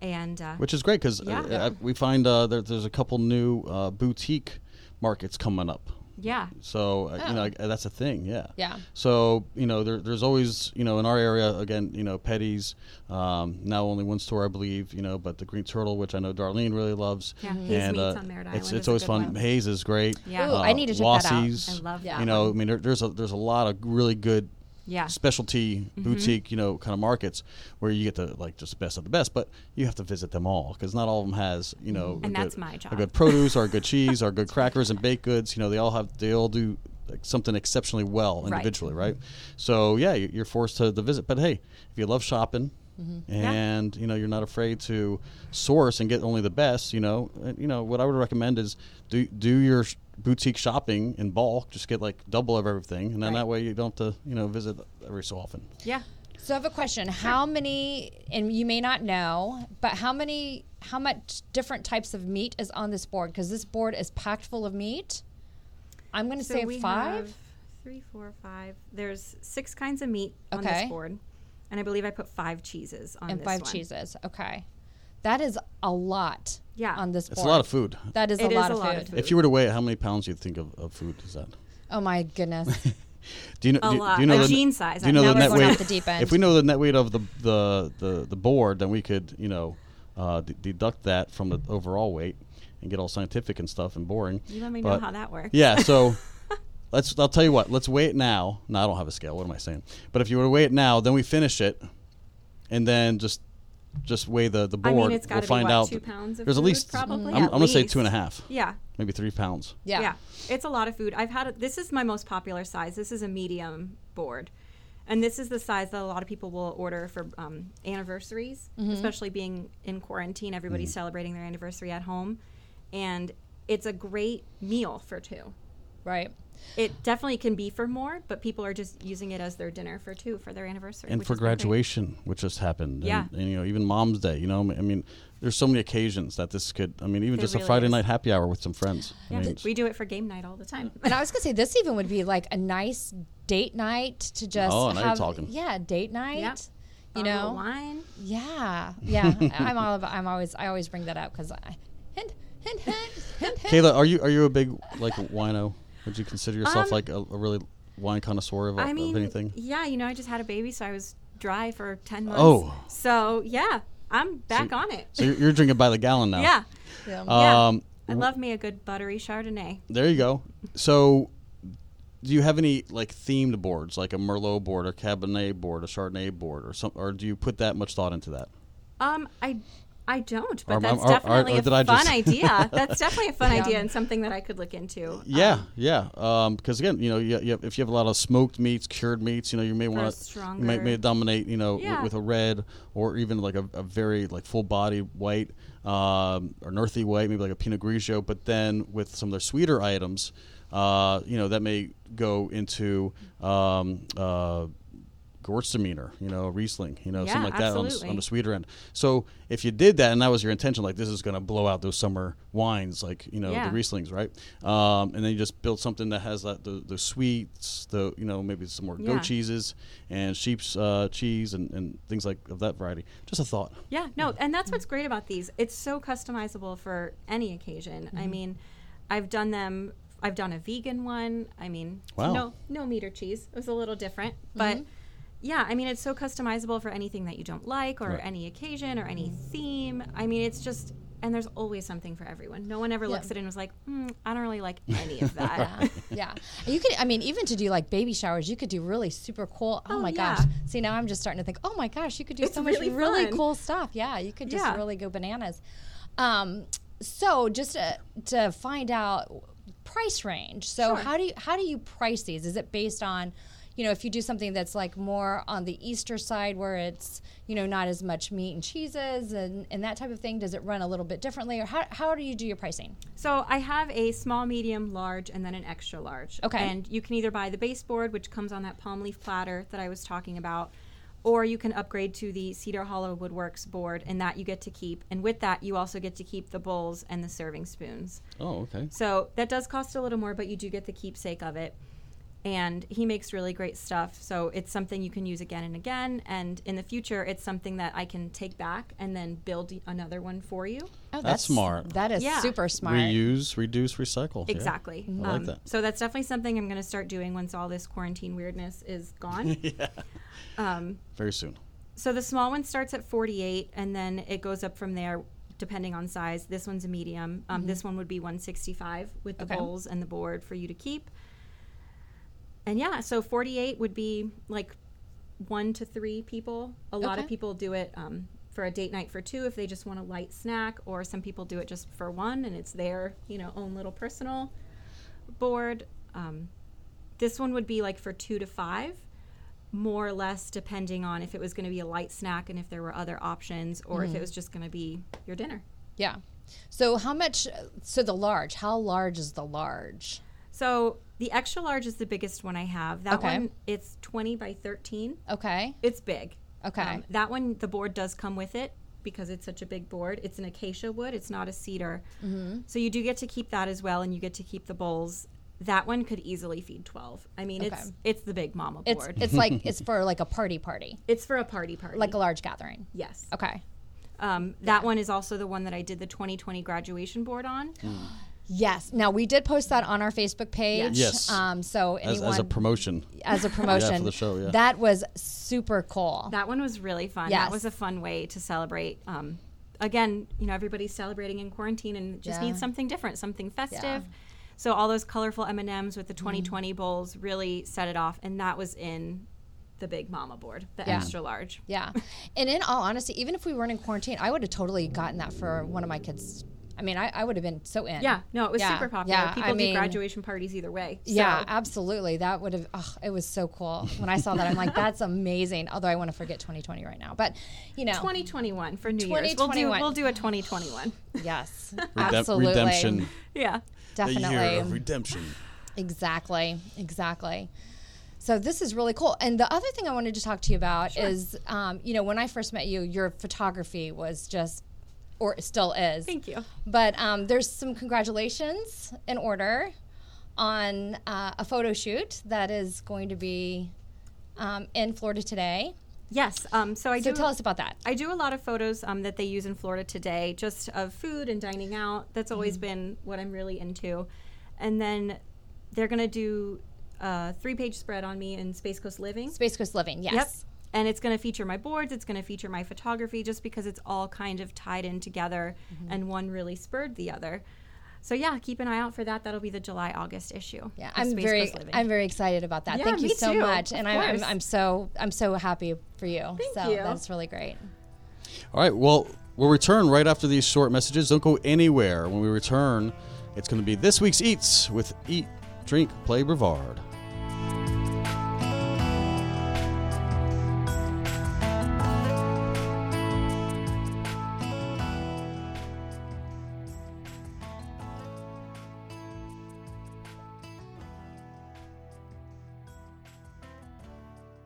And uh,
Which is great because
Yeah.
we find uh, there, there's a couple new uh, boutique markets coming up.
Yeah.
So uh, you
Oh.
know like, that's a thing, yeah.
Yeah.
So you know there, there's always you know in our area again you know Petty's um, now only one store I believe you know but the Green Turtle which I know Darlene really loves.
Yeah, Hayes
and
Meats
uh,
on Merritt
it's
Island
it's
is a
always
good
fun.
one.
Hayes is great. Uh,
Yeah.
Ooh, I need to check that out. I
Wassie's,
love
that
You know
one.
I mean there, there's a, there's a lot of really good
Yeah.
specialty
Mm-hmm.
boutique you know kind of markets where you get the like just best of the best but you have to visit them all because not all of them has you know a
Mm-hmm. And that's
good-
my
a
job.
good produce or good cheese or good crackers and baked goods you know they all have they all do like, something exceptionally well
Right.
individually right, so yeah you- you're forced to, to visit but hey if you love shopping
Mm-hmm.
and you know you're not afraid to source and get only the best you know and, you know what i would recommend is do do your sh- boutique shopping in bulk just get like double of everything and then
Right.
that way you don't have to you know visit every so often
Yeah.
So I have a question. How many, and you may not know, but how many, how much different types of meat is on this board? Because this board is packed full of meat. I'm going to
So we
say five.
have three, four, five. There's six kinds of meat on
Okay.
this board, and I believe I put five cheeses on
and
this
five
one.
cheeses. Okay, that is a lot.
Yeah.
on this board.
it's a lot of food
That is a
It is
lot,
a
of,
lot
food.
of
if you were to weigh it, how many pounds do you think of, of food is that
Oh my goodness!
do you know
A
do,
lot.
do you know
A
the,
gene size.
do you know the
Now we're
net
going
weight
off the deep end.
if we know the net weight of the the the, the board then we could you know uh, d- deduct that from the overall weight and get all scientific and stuff and boring
You let me know
But-
how that works.
Yeah, so let's. I'll tell you what. Let's weigh it now. No, I don't have a scale. What am I saying? But if you were to weigh it now, then we finish it, and then just just weigh the the
I
board.
mean, it's got to
we'll find
be what,
out.
two pounds of
There's
food,
at least.
probably.
I'm, I'm gonna say two and a
At
half,
least. Yeah.
maybe three pounds.
Yeah.
yeah. It's a lot of food. I've had a, this is my most popular size. This is a medium board. And this is the size that a lot of people will order for um, anniversaries,
Mm-hmm.
especially being in quarantine. Everybody's celebrating their anniversary at home. And it's a great meal for two.
right.
It definitely can be for more, but people are just using it as their dinner for two for their anniversary.
and
which
for
has been great.
graduation, which just happened.
Yeah.
And, and, you know, even Mom's Day. You know, I mean, there's so many occasions that this could. I mean, even
There
just a
really
Friday
is.
night happy hour with some friends. I mean,
Yeah,
it's-
we do it for game night all the time.
And I was gonna say this even would be like a nice date night to just
Oh, now
have.
you're talking.
Yeah, date night.
Yep.
You
Bottle of
know.
wine.
Yeah, yeah. I- I'm all. About, I'm always. I always bring that up because I. Hint, hint, hint, hint, hint.
Kayla, are you are you a big like wino? Would you consider yourself
Um,
like a, a really wine connoisseur of,
I
of
mean,
anything?
yeah, you know, I just had a baby, so I was dry for ten months.
Oh.
so yeah, I'm back on it.
So you're, you're drinking by the gallon now.
yeah,
Yeah.
yeah.
Um,
I love me a good buttery Chardonnay.
There you go. So, do you have any like themed boards, like a Merlot board, or Cabernet board, a Chardonnay board, or some, or do you put that much thought into that?
Um, I. I don't, but
Or-
that's
or- or-
definitely
or
a
did I
fun
just-
idea. That's definitely a fun
Yeah.
idea and something that I could look into.
Yeah, yeah. Because again, you know, you, you have, if you have a lot of smoked meats, cured meats, you know, you may want to you may,
stronger-
may dominate, you know,
Yeah.
with, with a red or even like a, a very like full body white um, or earthy white, maybe like a Pinot Grigio. But then with some of their sweeter items, uh, you know, that may go into um, uh, Gewurztraminer, you know, Riesling, you know,
Yeah,
something like that on,
absolutely.
the- on the sweeter end. So if you did that and that was your intention, like this is going to blow out those summer wines, like you know
Yeah.
the Rieslings, right? Um, and then you just build something that has that the, the sweets, the you know maybe some more goat
Yeah.
cheeses and sheep's uh, cheese and, and things like of that variety. Just a thought.
Yeah, no, and that's what's great about these. It's so customizable for any occasion. I
Mm-hmm.
mean, I've done them. I've done a vegan one. I mean,
Wow. Mm-hmm.
no, no meat or cheese. It was a little different, but yeah, I mean, it's so customizable for anything that you don't like, or
Right.
any occasion, or any theme. I mean, it's just. And there's always something for everyone. No one ever
Yeah.
looks at it and was like, hmm, I don't really like any of that.
yeah, Uh, yeah. You could, I mean, even to do like baby showers, you could do really super cool. Oh,
Oh,
my
yeah.
gosh! See, now I'm just starting to think. Oh my gosh, you could do
It's
so much really,
really fun.
cool stuff. Yeah, you could just
Yeah.
really go bananas. Um, so just to, to find out price range. So
Sure.
how do you how do you price these? Is it based on you know, if you do something that's like more on the Easter side where it's, you know, not as much meat and cheeses and, and that type of thing, does it run a little bit differently? Or how, how do you do your pricing?
So I have a small, medium, large, and then an extra large.
Okay.
And you can either buy the baseboard, which comes on that palm leaf platter that I was talking about, or you can upgrade to the Cedar Hollow Woodworks board, and that you get to keep. And with that, you also get to keep the bowls and the serving spoons.
Oh, okay.
So that does cost a little more, but you do get the keepsake of it. and he makes really great stuff. So it's something you can use again and again. And in the future, it's something that I can take back and then build y- another one for you.
Oh,
smart.
That is
Yeah.
super smart.
Reuse, reduce, recycle. Yeah.
Exactly. Um,
I like that.
So that's definitely something I'm going to start doing once all this quarantine weirdness is gone.
Very soon.
so the small one starts at 48, and then it goes up from there depending on size. This one's a medium.
Mm-hmm.
Um, This one would be 165 with the
Okay.
bowls and the board for you to keep. And yeah, so 48 would be like one to three people. A lot of
Okay.
people do it um, for a date night for two if they just want a light snack, or some people do it just for one and it's their you know own little personal board. Um, this one would be like for two to five, more or less depending on if it was going to be a light snack and if there were other options, or
Mm-hmm.
if it was just going to be your dinner.
Yeah. So how much? So the large. How large is the large?
So the extra large is the biggest one I have. That
Okay.
one it's twenty by thirteen.
Okay.
It's big.
Okay.
Um, that one, the board does come with it because it's such a big board. It's an acacia wood, it's not a cedar.
Mm-hmm.
So you do get to keep that as well, and you get to keep the bowls. That one could easily feed 12. I mean, it's
Okay.
it's the big mama
it's
board. It's,
it's like it's for like a party party,
for a party party.
like a large gathering.
yes.
Okay.
Um, that one is also the one that I did the 2020 graduation board on.
Yes. Now we did post that on our Facebook page.
Yes.
Um. So
As,
anyone
as a promotion.
promotion
the show, yeah.
That was super cool.
That one was really fun.
Yes.
That was a fun way to celebrate. Um, again, you know, everybody's celebrating in quarantine and just
Yeah.
needs something different, something festive.
Yeah. Mm-hmm.
So all those colorful M and M's with the 2020 bowls really set it off, and that was in the Big Mama board, the
Yeah.
extra large.
Yeah. And in all honesty, even if we weren't in quarantine, I would have totally gotten that for one of my kids. I mean, I, I would have been so in.
Yeah, no, it was
Yeah,
super popular.
yeah,
People
I
do
mean-
graduation parties either way. So
Yeah, absolutely. That would have, oh, it was so cool. When I saw that, I'm like, that's amazing. Although I want to forget 2020 right now. But, you know,
2021 for New Year's. We'll do
2021.
we'll do a 2021.
yes,
Redem-
absolutely.
Redemption.
yeah.
The year of
Definitely.
redemption.
Exactly. Exactly. So this is really cool. And the other thing I wanted to talk to you about is, um, you know, when I first met you, your photography was just, or it still is.
Thank you.
But um, there's some congratulations in order on uh, a photo shoot that is going to be um, in Florida today.
Yes. Um, so I
So
do
tell us about that.
I do a lot of photos um, that they use in Florida today, just of food and dining out. That's always
Mm-hmm.
been what I'm really into. And then they're going to do a three page spread on me in Space Coast Living.
Space Coast Living, yes.
Yep. And it's going to feature my boards, it's going to feature my photography, just because it's all kind of tied in together
Mm-hmm.
and one really spurred the other. So, yeah, keep an eye out for that. That'll be the July August issue.
Yeah,
of
I'm
Space
very,
Coast Living.
I'm very excited about that.
Yeah,
Thank you
me
so
too.
much, and
Of
I'm, I'm,
course.
I'm so, I'm so happy for you.
Thank
so
you.
that's really great.
All right. Well, we'll return right after these short messages. Don't go anywhere. When we return, it's going to be this week's Eats with Eat, Drink, Play Brevard.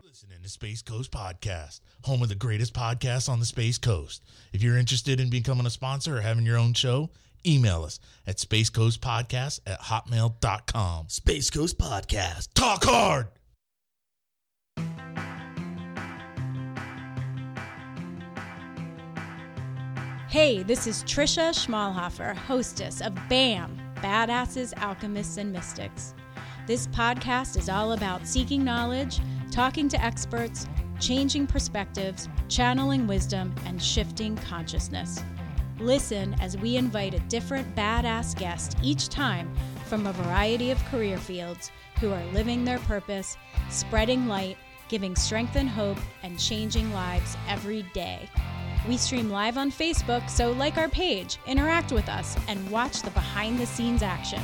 Listening to Space Coast Podcast, home of the greatest podcasts on the Space Coast. If you're interested in becoming a sponsor or having your own show, email us at spacecoastpodcast at hotmail.com.
Space Coast Podcast.
Talk hard!
Hey, this is Trisha Schmalhofer, hostess of BAM, Badasses, Alchemists, and Mystics. This podcast is all about seeking knowledge, talking to experts, changing perspectives, channeling wisdom, and shifting consciousness. Listen as we invite a different badass guest each time from a variety of career fields who are living their purpose, spreading light, giving strength and hope, and changing lives every day. We stream live on Facebook, so like our page, interact with us, and watch the behind the scenes action.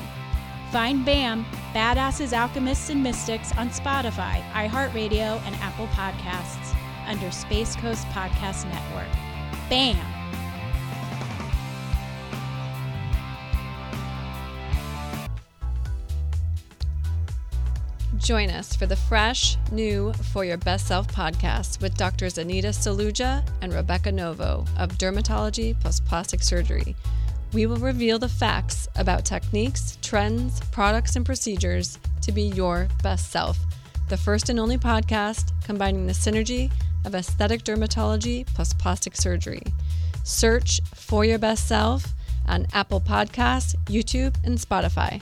Find BAM, Badasses, Alchemists, and Mystics on Spotify, iHeartRadio, and Apple Podcasts under Space Coast Podcast Network. BAM!
Join us for the fresh, new For Your Best Self podcast with Drs. Anita Saluja and Rebecca Novo of Dermatology plus Plastic Surgery. We will reveal the facts about techniques, trends, products, and procedures to be your best self. The first and only podcast combining the synergy of aesthetic dermatology plus plastic surgery. Search for your best self on Apple Podcasts, YouTube, and Spotify.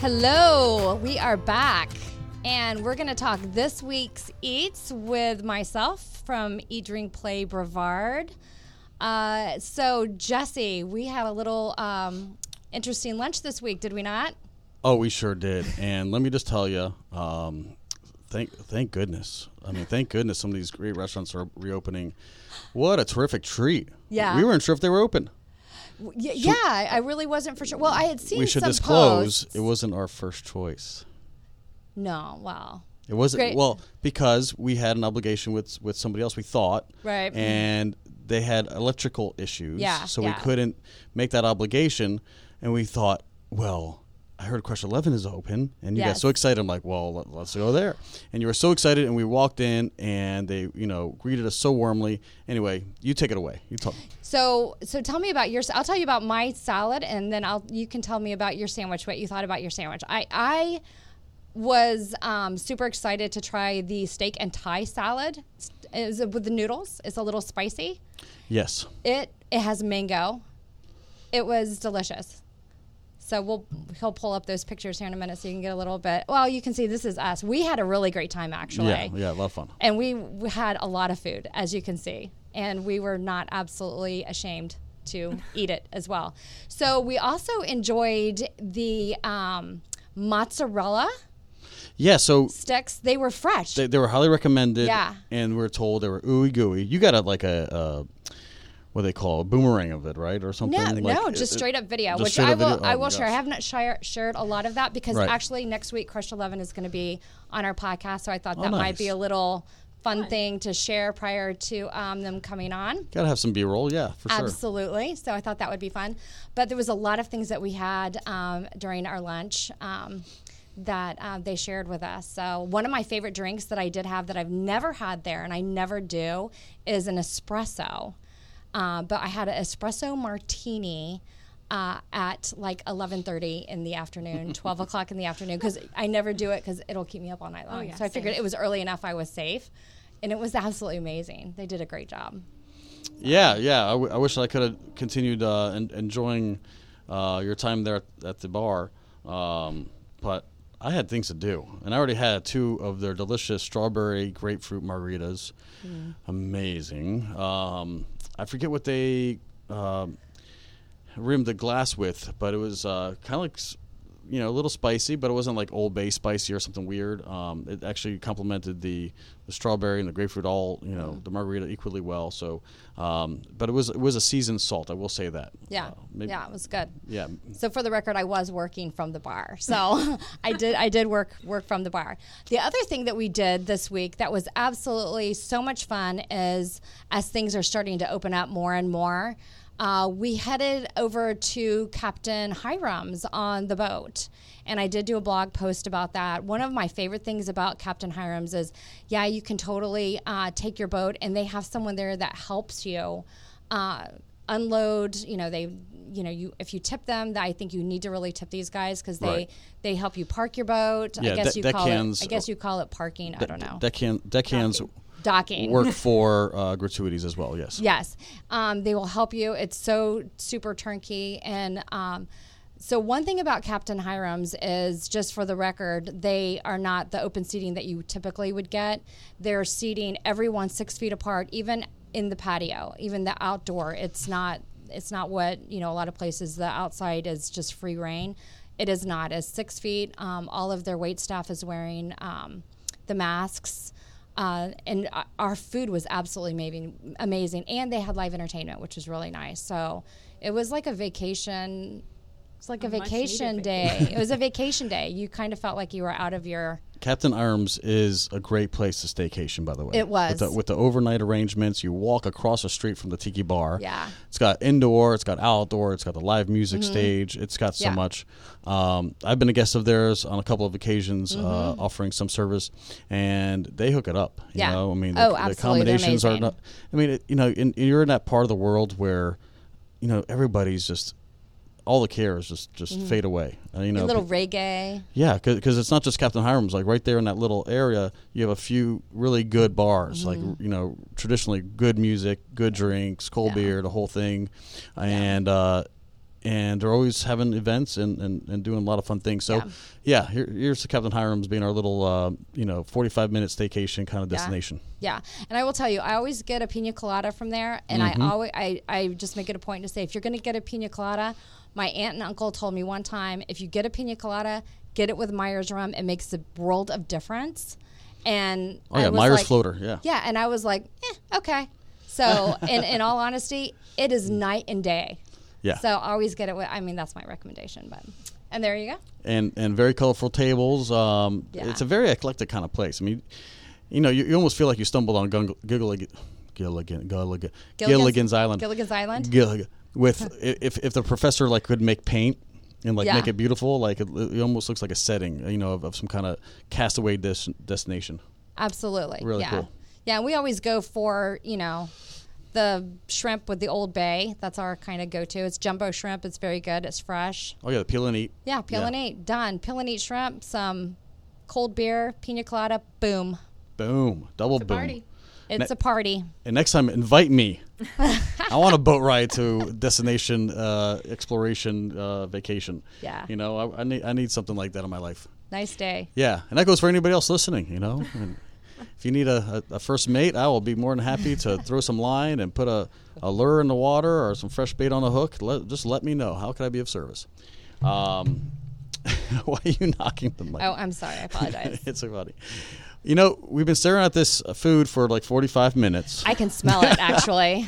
Hello, we are back, and we're going to talk this week's eats with myself from Eat Drink Play Brevard. Uh, so, Jesse, we had a little um, interesting lunch this week, did we not?
Oh, we sure did. And let me just tell you, um, thank thank goodness. I mean, thank goodness some of these great restaurants are reopening. What a terrific treat!
Yeah.
we weren't sure if they were open.
Y- yeah, I really wasn't for sure. Well, I had seen
we should
some
disclose
posts.
it wasn't our first choice.
No, well,
It wasn't
Great.
well because we had an obligation with with somebody else. We thought
Right. Mm-hmm.
and they had electrical issues,
Yeah,
so
yeah.
we couldn't make that obligation. And we thought, well, I heard Crush Eleven is open, and you got
Yes.
so excited. I'm like, well, let, let's go there. And you were so excited, and we walked in, and they, you know, greeted us so warmly. Anyway, you take it away. You talk.
So, so tell me about your. I'll tell you about my salad, and then I'll you can tell me about your sandwich. What you thought about your sandwich? I I was um, super excited to try the steak and Thai salad. Is with the noodles? It's a little spicy.
Yes.
It it has mango. It was delicious. So we'll he'll pull up those pictures here in a minute, so you can get a little bit. Well, you can see this is us. We had a really great time actually
Yeah. Yeah. A lot of fun.
and we w- had a lot of food as you can see and we were not absolutely ashamed to eat it as well so we also enjoyed the um, mozzarella
Yeah. So
sticks they were fresh
They, they were highly recommended.
Yeah.
And we are told they were ooey gooey. You got a like a. Uh, what do they call it, a boomerang of it, right, or something?
no,
like- uh,
no, just straight up video,
just
which
straight
I
up
will,
video?
I
Oh my
will share. I
gosh.
have not share, shared a lot of that because
Right.
actually next week Crush Eleven is going to be on our podcast, so I thought
Oh,
that might
nice.
be a little fun, thing to share prior to um, them coming on.
Gotta have some B roll, yeah, for sure.
Absolutely. So I thought that would be fun. But there was a lot of things that we had um, during our lunch um, that uh, they shared with us. So one of my favorite drinks that I did have that I've never had there and I never do is an espresso. Uh, but I had an espresso martini. Uh, at like 11.30 in the afternoon 12 o'clock in the afternoon because i never do it because it'll keep me up all night long
yeah,
so i figured
same.
it was early enough i was safe and it was absolutely amazing they did a great job
Yeah, yeah. I, w- I wish I could have continued uh, en- enjoying uh, your time there at, at the bar, um, but I had things to do, and I already had two of their delicious strawberry grapefruit margaritas.
Mm.
Amazing. Um, I forget what they um, rimmed the glass with, but it was uh, kind of like. s- You know, a little spicy, but it wasn't like Old Bay spicy or something weird. Um, it actually complemented the, the strawberry and the grapefruit all, you
Mm.
know, the margarita equally well. So, um, but it was it was a seasoned salt. I will say that.
Yeah.
Uh, maybe-
yeah, it was good.
Yeah.
So for the record, I was working from the bar. So I did I did work work from the bar. The other thing that we did this week that was absolutely so much fun is as things are starting to open up more and more, uh, we headed over to Captain Hiram's on the boat. And I did do a blog post about that. One of my favorite things about Captain Hiram's is, yeah, you can totally uh, take your boat, and they have someone there that helps you uh, unload you know they you know you if you tip them i think you need to really tip these guys because they
Right.
they help you park your boat
Yeah,
i guess
deck-
you
deck
call
hands-
it i guess you call it parking i don't know
Deckhand, deckhands
docking
work for uh, gratuities as well. Yes.
Yes, um, they will help you. It's so super turnkey. And um, so, one thing about Captain Hiram's is just for the record, they are not the open seating that you typically would get. They're seating everyone six feet apart, even in the patio, even the outdoor. It's not. It's not what you know. A lot of places, the outside is just free reign. It is not. It's six feet. Um, all of their wait staff is wearing um, the masks. Uh, and o- our food was absolutely amazing, amazing, and they had live entertainment, which was really nice. So it was like a vacation It's like a,
A much-needed
vacation day. it was a vacation day. You kind of felt like you were out of your.
Captain Arms is a great place to staycation, by the way.
It was.
With the, with the overnight arrangements, you walk across the street from the Tiki Bar.
Yeah. Mm-hmm.
It's got indoor, it's got outdoor, it's got the live music stage, it's got so
Yeah.
much. Um, I've been a guest of theirs on a couple of occasions uh, offering some service, and they hook it up. You
Mm-hmm. Yeah.
know, I mean, the,
Oh,
the
absolutely. They're
accommodations are
amazing.
not. I mean, it, you know, in, you're in that part of the world where, you know, everybody's just. All the cares just just fade away. Uh, you know,
A Mm-hmm. little
pe-
reggae.
yeah, because it's not just Captain Hiram's. Like right there in that little area, you have a few really good bars. Like you know, traditionally good music, good drinks, cold beer, the whole thing, and uh, and they're always having events and, and, and doing a lot of fun things. So yeah, here, here's to Captain Hiram's being our little uh, you know 45 minute staycation kind of destination.
Yeah, and I will tell you, I always get a pina colada from there, and
Mm-hmm.
I always I, I just make it a point to say if you're going to get a pina colada, my aunt and uncle told me one time if you get a pina colada, get it with Myers rum. It makes a world of difference. And
Oh
I
yeah,
was
Myers
like-
floater. Yeah.
Yeah, and I was like, eh, okay. So, in, in all honesty, it is night and day.
Yeah.
So I always get it. With, I mean, that's my recommendation, but and there you go.
and and very colorful tables. Um,
Yeah.
It's a very eclectic kind of place. I mean, you know, you, you almost feel like you stumbled on Gung- Gilligan, Gilligan, Gilligan, Gilligan's Island.
Gilligan's Island.
Gilligan. With i- if if the professor like could make paint and like
Yeah.
make it beautiful, like it, it almost looks like a setting, you know, of, of some kind of castaway des- destination.
Absolutely.
Really
yeah.
cool.
Yeah, and we always go for, you know, the shrimp with the Old Bay. That's our kind of go to. It's jumbo shrimp. It's very good. It's fresh.
Oh yeah, the peel and eat.
Yeah, peel and eat. Done. Peel and eat shrimp, some cold beer, pina colada. Boom.
Boom, double boom.
party.
It's a party.
And next time, invite me. I want a boat ride to destination uh, exploration uh, vacation.
Yeah.
You know, I, I need I need something like that in my life.
Nice day.
Yeah, and that goes for anybody else listening. You know, and if you need a, a, a first mate, I will be more than happy to throw some line and put a, a lure in the water or some fresh bait on a hook. Let, just let me know. How can I be of service? Um, why are you knocking the mic?
Oh, I'm sorry. I apologize.
it's so funny. You know, we've been staring at this uh, food for like 45 minutes.
I can smell it, actually.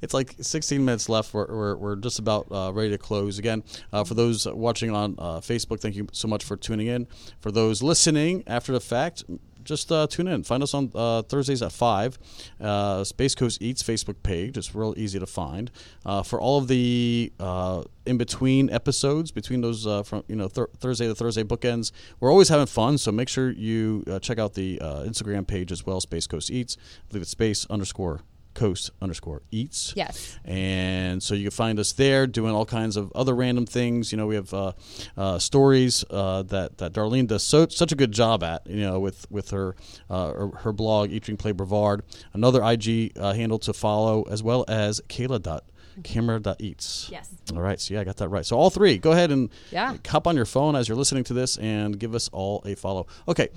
It's like 16 minutes left. We're, we're, we're just about uh, ready to close. Again, uh, for those watching on uh, Facebook, thank you so much for tuning in. For those listening after the fact, just uh, tune in. Find us on uh, Thursdays at 5. Uh, Space Coast Eats Facebook page. It's real easy to find. Uh, for all of the uh, in between episodes, between those uh, from you know th- Thursday to Thursday bookends, we're always having fun. So make sure you uh, check out the uh, Instagram page as well, Space Coast Eats. I believe it's space underscore coast underscore eats
Yes.
and so you can find us there doing all kinds of other random things you know we have uh, uh, stories uh, that that Darlene does so such a good job at you know with with her uh, her, her blog Eat Drink Play Brevard another IG uh, handle to follow as well as Kayla dot Camera dot eats.
Yes.
All right. So yeah, I got that right. So all three. Go ahead and
Yeah.
hop on your phone as you're listening to this and give us all a follow. Okay.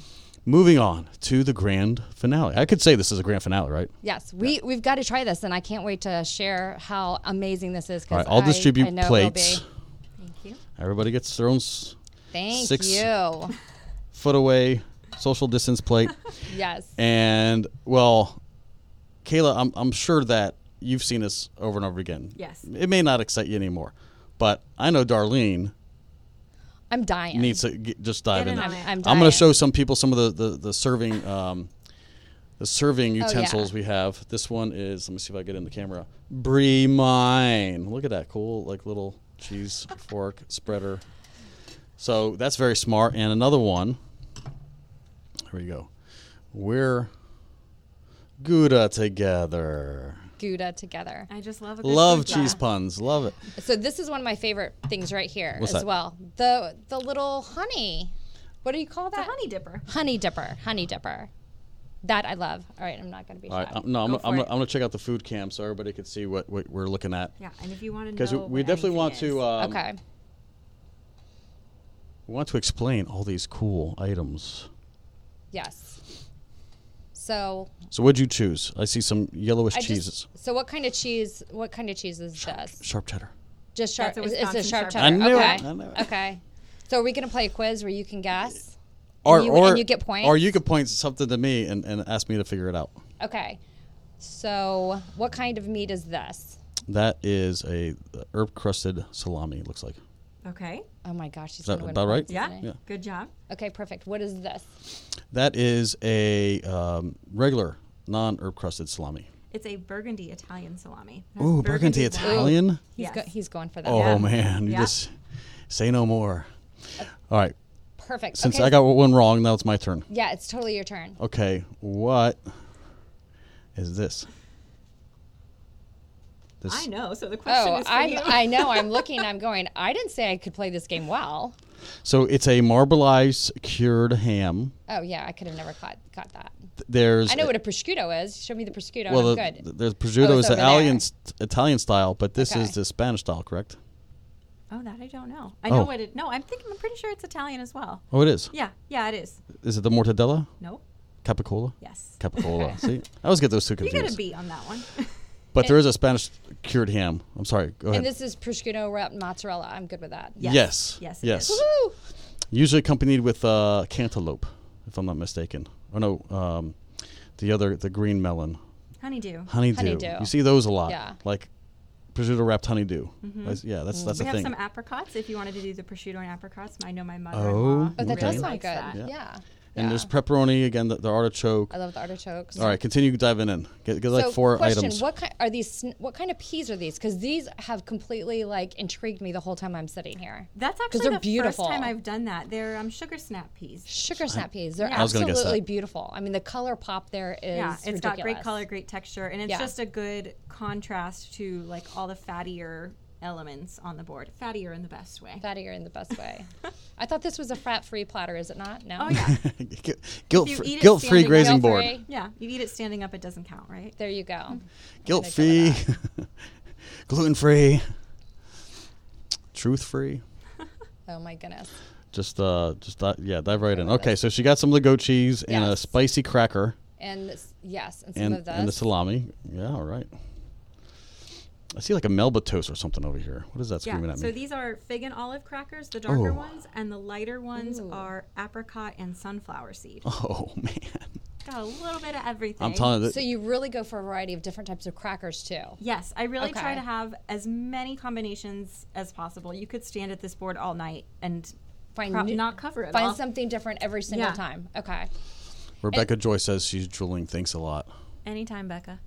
Moving on to the grand finale. I could say this is a grand finale, right?
Yes, we we've got to try this, and I can't wait to share how amazing this is. 'cause
All right. I'll
I- I
distribute
know it will
plates.
be.
Thank you.
Everybody gets their own s-
Thank
Six-
you.
foot away social distance plate.
Yes.
and well, Kayla, I'm, I'm sure that you've seen this over and over again.
Yes.
It may not excite you anymore, but I know Darlene
I'm dying.
needs to g just dive
Get
in.
in
I'm,
on it.
I'm
I'm going
dying.
to show some people some of the the, the serving um, the serving
yeah.
utensils we have. This one is let me see if I get in the camera. Brie mine. Look at that cool like little cheese fork spreader. So that's very smart. And another one. Here we go. We're Gouda together.
Gouda together.
I just love a good
Love
food
cheese
blast.
puns. Love it.
So this is one of my favorite things right here
What's
as
that?
well. The the little honey. What do you call
The
that?
honey dipper.
Honey dipper. Honey dipper. That I love. All right, I'm not going to be
All right.
shy.
I'm, no, I'm,
Go
I'm,
for
I'm,
it.
gonna check out the food cam so everybody can see what, what we're looking at.
Yeah, and if you want to know,
Because we, we
what
definitely
anything
want
is,
to. Um,
okay.
We want to explain all these cool items.
Yes. So
So what'd you choose? I see some yellowish
I
cheeses.
just. So what kind of cheese? What kind of cheese is this?
Sharp cheddar.
Just sharp.
That's a
it's-
Wisconsin
it's a sharp
sharp
cheddar.
I knew it.
okay.
I knew it.
Okay. So are we going to play a quiz where you can guess?
Or,
you-
or
and you get points?
Or you could point something to me and, and ask me to figure it out.
Okay. So what kind of meat is this?
That is a herb crusted uh, salami. It looks like.
Okay.
Oh my gosh, she's
that
gonna win
about right?
points,
Yeah.
isn't it?
Good job.
Okay, perfect. What is this?
That is a um, regular non herb crusted salami.
It's a Burgundy Italian salami.
Ooh, Burgundy
wine.
Italian.
He's
Yes.
go- he's going for that.
Oh
Yeah.
man, you
Yeah.
just say no more. All right,
Perfect.
since
Uh, okay.
I got one wrong, now it's my turn.
yeah, it's totally your turn.
Okay, what is this? This
I know. So the question
Oh,
is for
I
you.
I know. I'm looking. I'm going. I didn't say I could play this game well.
so it's a marbleized cured ham.
Oh yeah, I could have never caught caught that.
There's
I know what a prosciutto is. Show me the prosciutto.
well,
and I'm
the,
good.
the prosciutto
Oh,
is
it's
the
over there.
Italian Italian style, but this
Okay.
is the Spanish style, correct?
oh, that I don't know. I know
Oh.
what it. No, I'm thinking. I'm pretty sure it's Italian as well.
Oh, it is.
Yeah. Yeah, it is.
Is it the mortadella,
No.
capicola,
Yes.
capicola? See, I always get those two
You
confused.
got a B on that one.
But there is a Spanish cured ham. I'm sorry. Go ahead.
and this is prosciutto wrapped mozzarella. I'm good with that.
Yes.
Yes.
Yes, it
Yes.
is.
Woo! Oh,
Usually accompanied with uh, cantaloupe, if I'm not mistaken. Oh no, um, the other, the green melon,
Honeydew.
honeydew.
Honeydew.
You see those a lot.
Yeah. Mm-hmm.
Like prosciutto wrapped honeydew. That's, yeah, that's that's
Mm.
a
We have
thing.
some apricots if you wanted to do the prosciutto and apricots. I know my mother.
Oh,
Oh, that
Okay.
does sound good.
That.
Yeah.
and
Yeah.
there's pepperoni again, the, the artichoke.
I love the artichokes.
All right, continue diving in. Get, get
so
like four
question,
items.
What kind are these? sn- What kind of peas are these? Because these have completely like intrigued me the whole time I'm sitting here.
That's
'Cause
actually
they're
the
beautiful.
first time I've done that. They're um, sugar snap peas.
Sugar snap peas. They're
I was gonna guess that.
absolutely beautiful. I mean, the color pop there is
Yeah, it's got great
ridiculous.
color, great texture, and it's
Yeah.
just a good contrast to like all the fattier elements on the board. Fattier in the best way.
Fattier in the best way. I thought this was a fat-free platter. Is it not? No.
Oh yeah,
guilt
eat
free,
it
guilt free
standing,
grazing
Guilt-free.
board.
yeah. You eat it standing up, it doesn't count, right?
There you go.
Guilt free, gluten free, truth free.
Oh my goodness.
Just uh, just di- yeah, dive right in. Okay, so she got some Lego cheese and a
Yes.
spicy cracker
And s- yes, and some
and
of those.
and the salami. Yeah, all right. I see like a Melba toast or something over here. What is that
Yeah.
screaming at me?
So these are fig and olive crackers, the darker
Oh.
ones, and the lighter ones are apricot and sunflower seed.
oh man,
Got a little bit of everything.
I'm telling you.
so
That,
you really go for a variety of different types of crackers too.
Yes, I really
Okay.
try to have as many combinations as possible. You could stand at this board all night and
Find
prob-
new-
not cover it
Find
all.
something different every single
Yeah.
time. Okay.
Rebecca Joy says she's drooling thinks a lot.
Anytime, Becca.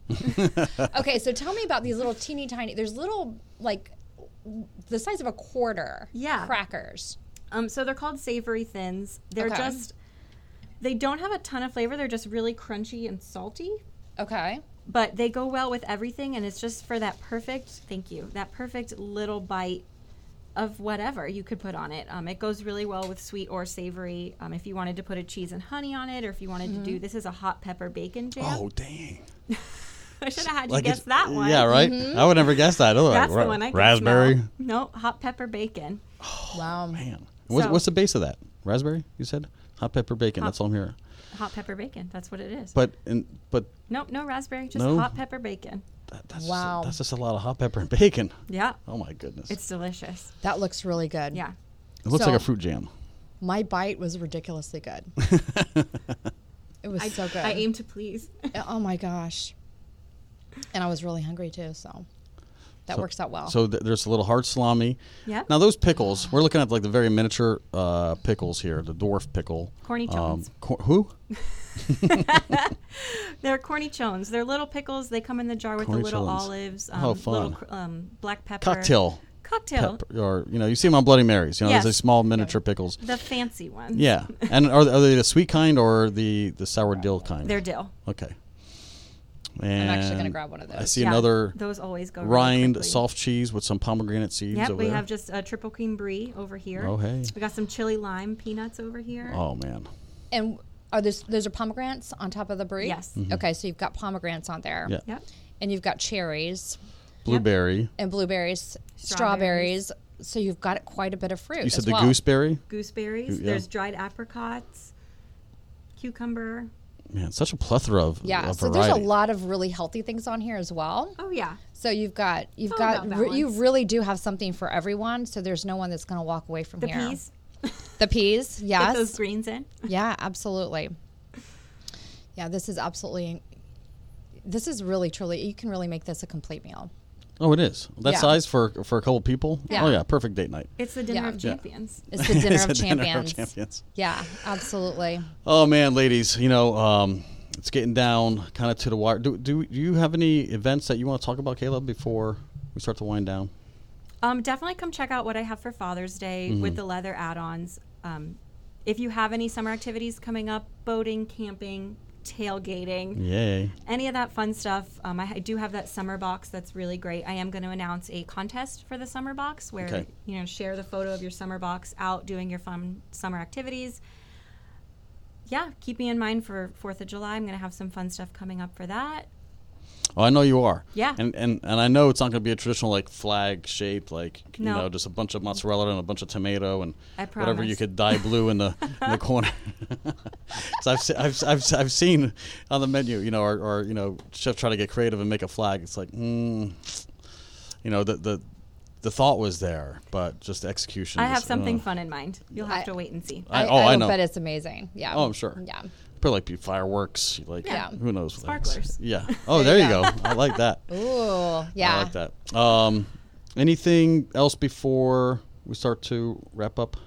Okay, so tell me about these little teeny tiny. There's little like the size of a quarter.
Yeah.
Crackers.
Um, so they're called savory thins. They're
Okay.
just they don't have a ton of flavor. They're just really crunchy and salty,
Okay.
but they go well with everything. And it's just for that perfect thank you that perfect little bite of whatever you could put on it. Um, it goes really well with sweet or savory. Um, if you wanted to put a cheese and honey on it, or if you wanted to do this is a hot pepper bacon jam.
Oh dang!
I should have had you
Like
guess
it's-
that one. Mm-hmm.
Yeah, right. I would never guess that. Otherwise,
That's
ra-
the one I could
raspberry.
smell. No, hot pepper bacon.
Wow.
Oh, Man, what's,
So-
what's the base of that? Raspberry? You said hot pepper bacon. That's all I'm hearing.
Hot pepper bacon. That's what it is.
But in, but
nope, no raspberry, just
No?
hot pepper bacon.
that, that's
Wow.
just, that's just a lot of hot pepper and bacon.
Yeah.
Oh my goodness!
It's delicious.
That looks really good.
Yeah.
it looks like a
so-
fruit jam.
My bite was ridiculously good. it was so good.
I aim to please.
oh my gosh. And I was really hungry too, so that works out well.
So th- there's a little hard salami.
Yeah.
Now those pickles, we're looking at like the very miniature uh, pickles here, the dwarf pickle.
Corny
Um,
Jones.
cor- who?
They're corny chones. They're little pickles. They come in the jar with
Corny
the little
chones.
olives, um,
Oh,
little
fun.
cr- um, black pepper.
Cocktail.
Cocktail.
pepper- or you know, you see them on Bloody Marys. You know,
Yes.
those are small miniature pickles.
The fancy ones.
Yeah. And are, are they the sweet kind or the the sour dill kind?
They're dill.
Okay. And
actually gonna grab one of
I
those.
see
Yeah,
another
Those always go. really
rind
quickly.
soft cheese with some pomegranate seeds
Yep.
over
We
there.
have just a triple cream brie over here.
Oh, hey.
We got some chili lime peanuts over here.
oh man.
and are those those are pomegranates on top of the brie?
Yes.
Okay, so you've got pomegranates on there.
Mm-hmm. Yeah.
Yep.
And you've got cherries
Blueberry.
and blueberries,
Strawberries.
strawberries. So you've got quite a bit of fruit.
You said
as
the
well.
gooseberry?
Gooseberries.
Yeah.
There's dried apricots. Cucumber.
Man, such a plethora of
Yeah.
of
So
variety.
there's a lot of really healthy things on here as well.
Oh yeah.
So you've got you've
all
got
about
re- you
balance.
really do have something for everyone. So there's no one that's going to walk away from
The
here.
peas.
The peas.
Get those
Yes.
greens in.
yeah. Absolutely. Yeah. This is absolutely. This is really truly. You can really make this a complete meal.
Oh, it is. That
Yeah.
size for for a couple people.
Yeah.
Oh yeah, perfect date night.
It's the dinner
Yeah.
of
Yeah.
champions.
It's the dinner,
It's
of,
a dinner of
champions.
champions.
Yeah, absolutely.
Oh man, ladies, you know, um, it's getting down kind of to the wire. Do, do do you have any events that you want to talk about, Caleb, before we start to wind down?
Um, definitely come check out what I have for Father's Day
Mm-hmm.
with the leather add-ons. Um, if you have any summer activities coming up, boating, camping, tailgating,
Yay.
any of that fun stuff, um, I, I do have that summer box that's really great. I am going to announce a contest for the summer box where
Okay.
you know share the photo of your summer box out doing your fun summer activities. Yeah, keep me in mind for Fourth of July. I'm going to have some fun stuff coming up for that.
Oh, I know you are.
Yeah.
And and and I know it's not going to be a traditional like flag shaped like you
No.
know just a bunch of mozzarella and a bunch of tomato and
I
whatever you
promise.
could dye blue in the in the corner. so I've, se- I've se- I've se- I've seen on the menu you know or, or you know chef try to get creative and make a flag. It's like mm, you know the the the thought was there, but just the execution.
I
is,
have something
uh,
fun in mind. You'll have
I-
to wait and see.
I,
I,
oh, I,
I,
know.
bet it's amazing. Yeah.
Oh, I'm sure.
Yeah.
Probably like be fireworks, like
Yeah.
who knows? what the heck's-
Sparklers.
Yeah. Oh, there you go. I like that.
Ooh. Yeah.
I like that. Um, anything else before we start to wrap up?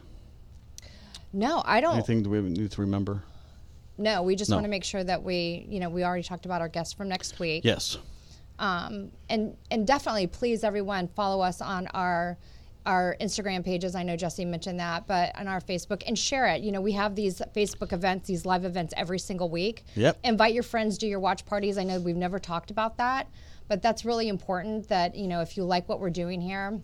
No, I don't.
Anything do we need to remember?
No, we just
No.
want to make sure that we, you know, we already talked about our guests from next week.
Yes.
um, and and definitely please everyone follow us on our our Instagram pages. I know Jesse mentioned that, but on our Facebook and share it. You know, we have these Facebook events, these live events every single week.
Yep.
Invite your friends, do your watch parties. I know we've never talked about that, but that's really important that, you know, if you like what we're doing here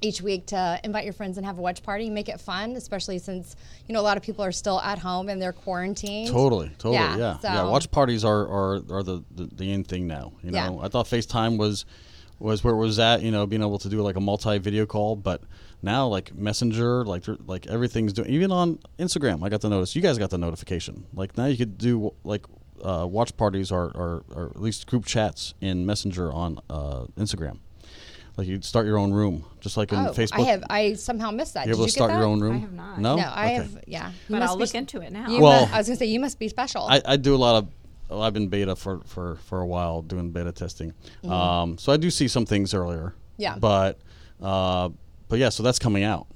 each week to invite your friends and have a watch party, make it fun, especially since, you know, a lot of people are still at home and they're quarantined.
Totally. Totally. Yeah.
Yeah,
Yeah.
so-
Watch parties are are, are the, the the in thing now. You
Yeah.
know, I thought FaceTime was was where it was at. You know, being able to do like a multi video call, but now like Messenger, like they're- like everything's doing. Even on Instagram, I got the notice. You guys got the notification. Like now you could do like. Uh, watch parties are, are, or at least group chats in Messenger on uh, Instagram. Like you start your own room, just like in
Oh,
Facebook.
I have I somehow missed that.
You're
Did
able
you
to
get
start your
that?
own room.
I have not.
No,
No, I
Oh, Okay.
have yeah. You
But
must
I'll
be
look
s-
into it now.
You
Well-
mu- I was gonna say you must be special.
I, I do a lot of. well, I've been beta for, for, for a while doing beta testing, um, so I do see some things earlier.
Yeah.
But uh, but yeah, so that's coming out.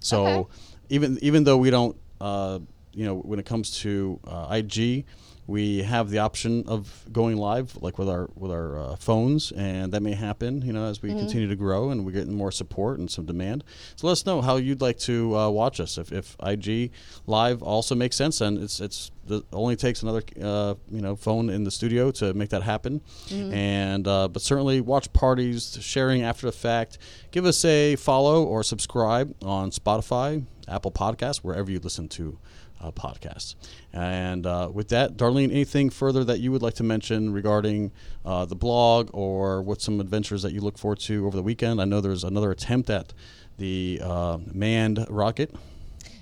So
Okay.
even even though we don't, uh, you know, when it comes to uh, IG, we have the option of going live, like with our with our uh, phones, and that may happen, you know, as we continue to grow and we're getting more support and some demand. So let us know how you'd like to uh, watch us. If, if IG live also makes sense, then it's it's the, only takes another uh, you know phone in the studio to make that happen.
Mm-hmm.
And uh, but certainly watch parties, sharing after the fact. Give us a follow or subscribe on Spotify, Apple Podcasts, wherever you listen to uh, podcasts. And uh, with that, Darlene, anything further that you would like to mention regarding uh, the blog or what some adventures that you look forward to over the weekend? I know there's another attempt at the uh, manned rocket.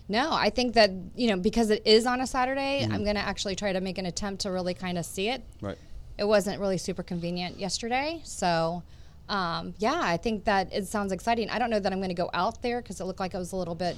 no, I think that you know because it is on a Saturday, I'm gonna actually try to make an attempt to really kind of see it.
Mm-hmm. Right.
It wasn't really super convenient yesterday, so. Um, yeah, I think that it sounds exciting. I don't know that I'm going to go out there because it looked like it was a little bit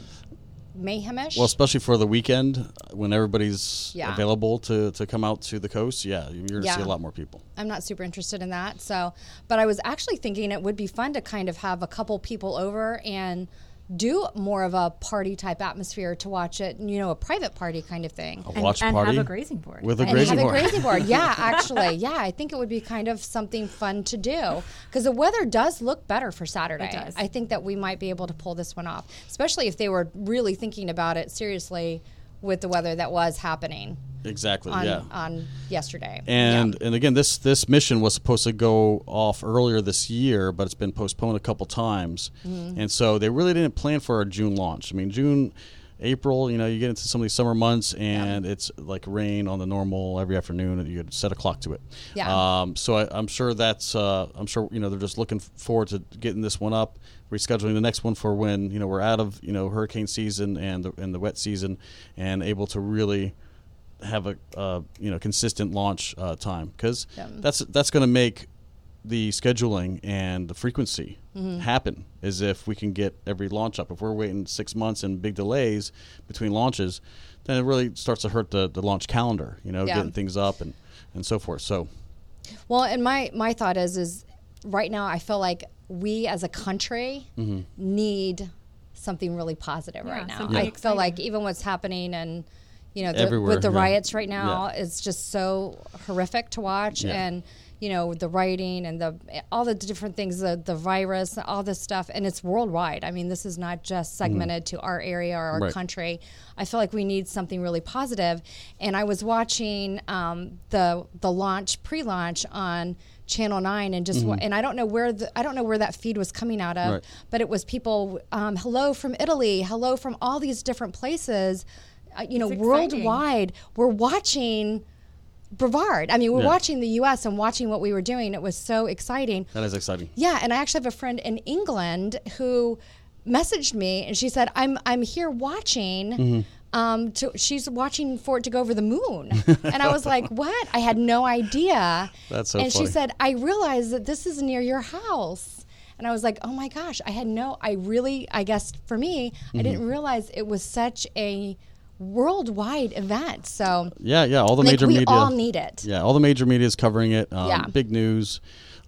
mayhemish.
Well, especially for the weekend uh, when everybody's
Yeah.
available to, to come out to the coast, yeah, you're going to see
Yeah.
a lot more people.
I'm not super interested in that. So, but I was actually thinking it would be fun to kind of have a couple people over and do more of a party type atmosphere to watch it, you know, a private party kind of thing.
A
And-
watch
and have
party
a grazing board.
with a
And
grazing
have
board.
a grazing board. Yeah, actually. Yeah, I think it would be kind of something fun to do because the weather does look better for Saturday.
It does.
I think that we might be able to pull this one off, especially if they were really thinking about it seriously with the weather that was happening
exactly.
on, um,
yeah.
on yesterday.
and and again, this this mission was supposed to go off earlier this year, but it's been postponed a couple times, and so they really didn't plan for a June launch. I mean, June, April, you know, you get into some of these summer months, and it's like rain on the normal every afternoon, and you had to set a clock to it.
Yeah.
Um, so I, I'm sure that's uh, I'm sure you know they're just looking forward to getting this one up, rescheduling the next one for when you know we're out of you know hurricane season and the, and the wet season, and able to really have a uh, you know consistent launch uh, time because that's that's going to make the scheduling and the frequency happen is if we can get every launch up if we're waiting six months and big delays between launches then it really starts to hurt the, the launch calendar you know
Yeah.
getting things up and and so forth so
Well, and my my thought is is right now I feel like we as a country
Mm-hmm.
need something really positive right now.
something
I feel like even what's happening and you know the,
Everywhere,
with the
yeah.
riots right now, it's just so horrific to watch
Yeah.
and you know the writing and the all the different things the, the virus all this stuff and it's worldwide i mean this is not just segmented to our area or our
Mm-hmm. Right.
country i feel like we need something really positive and i was watching um, the the launch pre-launch on channel 9 and just wa- and i don't know where the, i don't know where that feed was coming out of
Mm-hmm. Right.
but it was people um, hello from italy hello from all these different places uh, you know
exciting.
worldwide we're watching Brevard. I mean, we're
Yeah.
watching the U.S. and watching what we were doing. It was so exciting.
That is exciting.
Yeah, and I actually have a friend in England who messaged me, and she said, "I'm I'm here watching."
Mm-hmm.
Um, to, she's watching for it to go over the moon, and I was like, "What?" I had no idea.
That's so
And
funny.
she said, "I realize that this is near your house." And I was like, "Oh my gosh, I had no I really I guess for me, I
Mm-hmm.
didn't realize it was such a worldwide event." So
Yeah, yeah. All the
like,
major
we
media.
all need it.
Yeah, all the major media is covering it. Um,
Yeah.
Big news.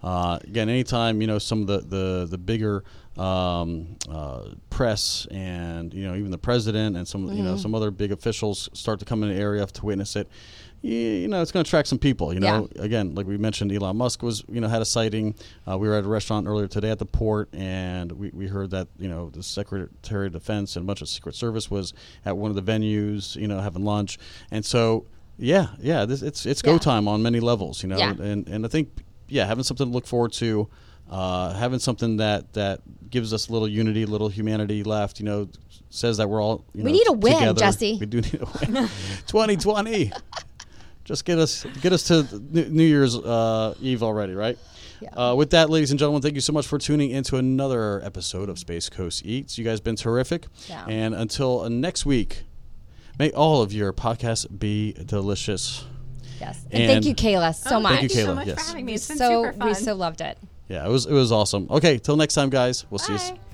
Uh, again, anytime you know some of the the the bigger um, uh, press and you know even the president and some you
Mm-hmm.
know some other big officials start to come in the area to witness it. y- You know, it's going to attract some people. You know, again, like we mentioned, Elon Musk was you know had a sighting. Uh, we were at a restaurant earlier today at the port, and we, we heard that you know the Secretary of Defense and a bunch of Secret Service was at one of the venues. You know, having lunch, and so yeah, yeah, this, it's it's go
Yeah.
time on many levels, you know,
Yeah.
and and I think yeah, having something to look forward to, uh, having something that that gives us a little unity, a little humanity left, you know, says that we're all you know,
We need a win,
together.
Jesse.
We do need a win. Twenty twenty. Just get us get us to the New New Year's uh, Eve already, right?
Yeah.
Uh, with that, ladies and gentlemen, thank you so much for tuning into another episode of Space Coast Eats. You guys been terrific,
Yeah.
and until uh, next week, may all of your podcasts be delicious.
Yes. And, thank
And-
you, Kayla, so much.
Thank you,
so
Kayla,
much
yes.
for having me.
We
Oh, It's been
so
super fun.
we so loved it.
Yeah, it was it was awesome. Okay, till next time, guys. We'll see you. s-
Bye.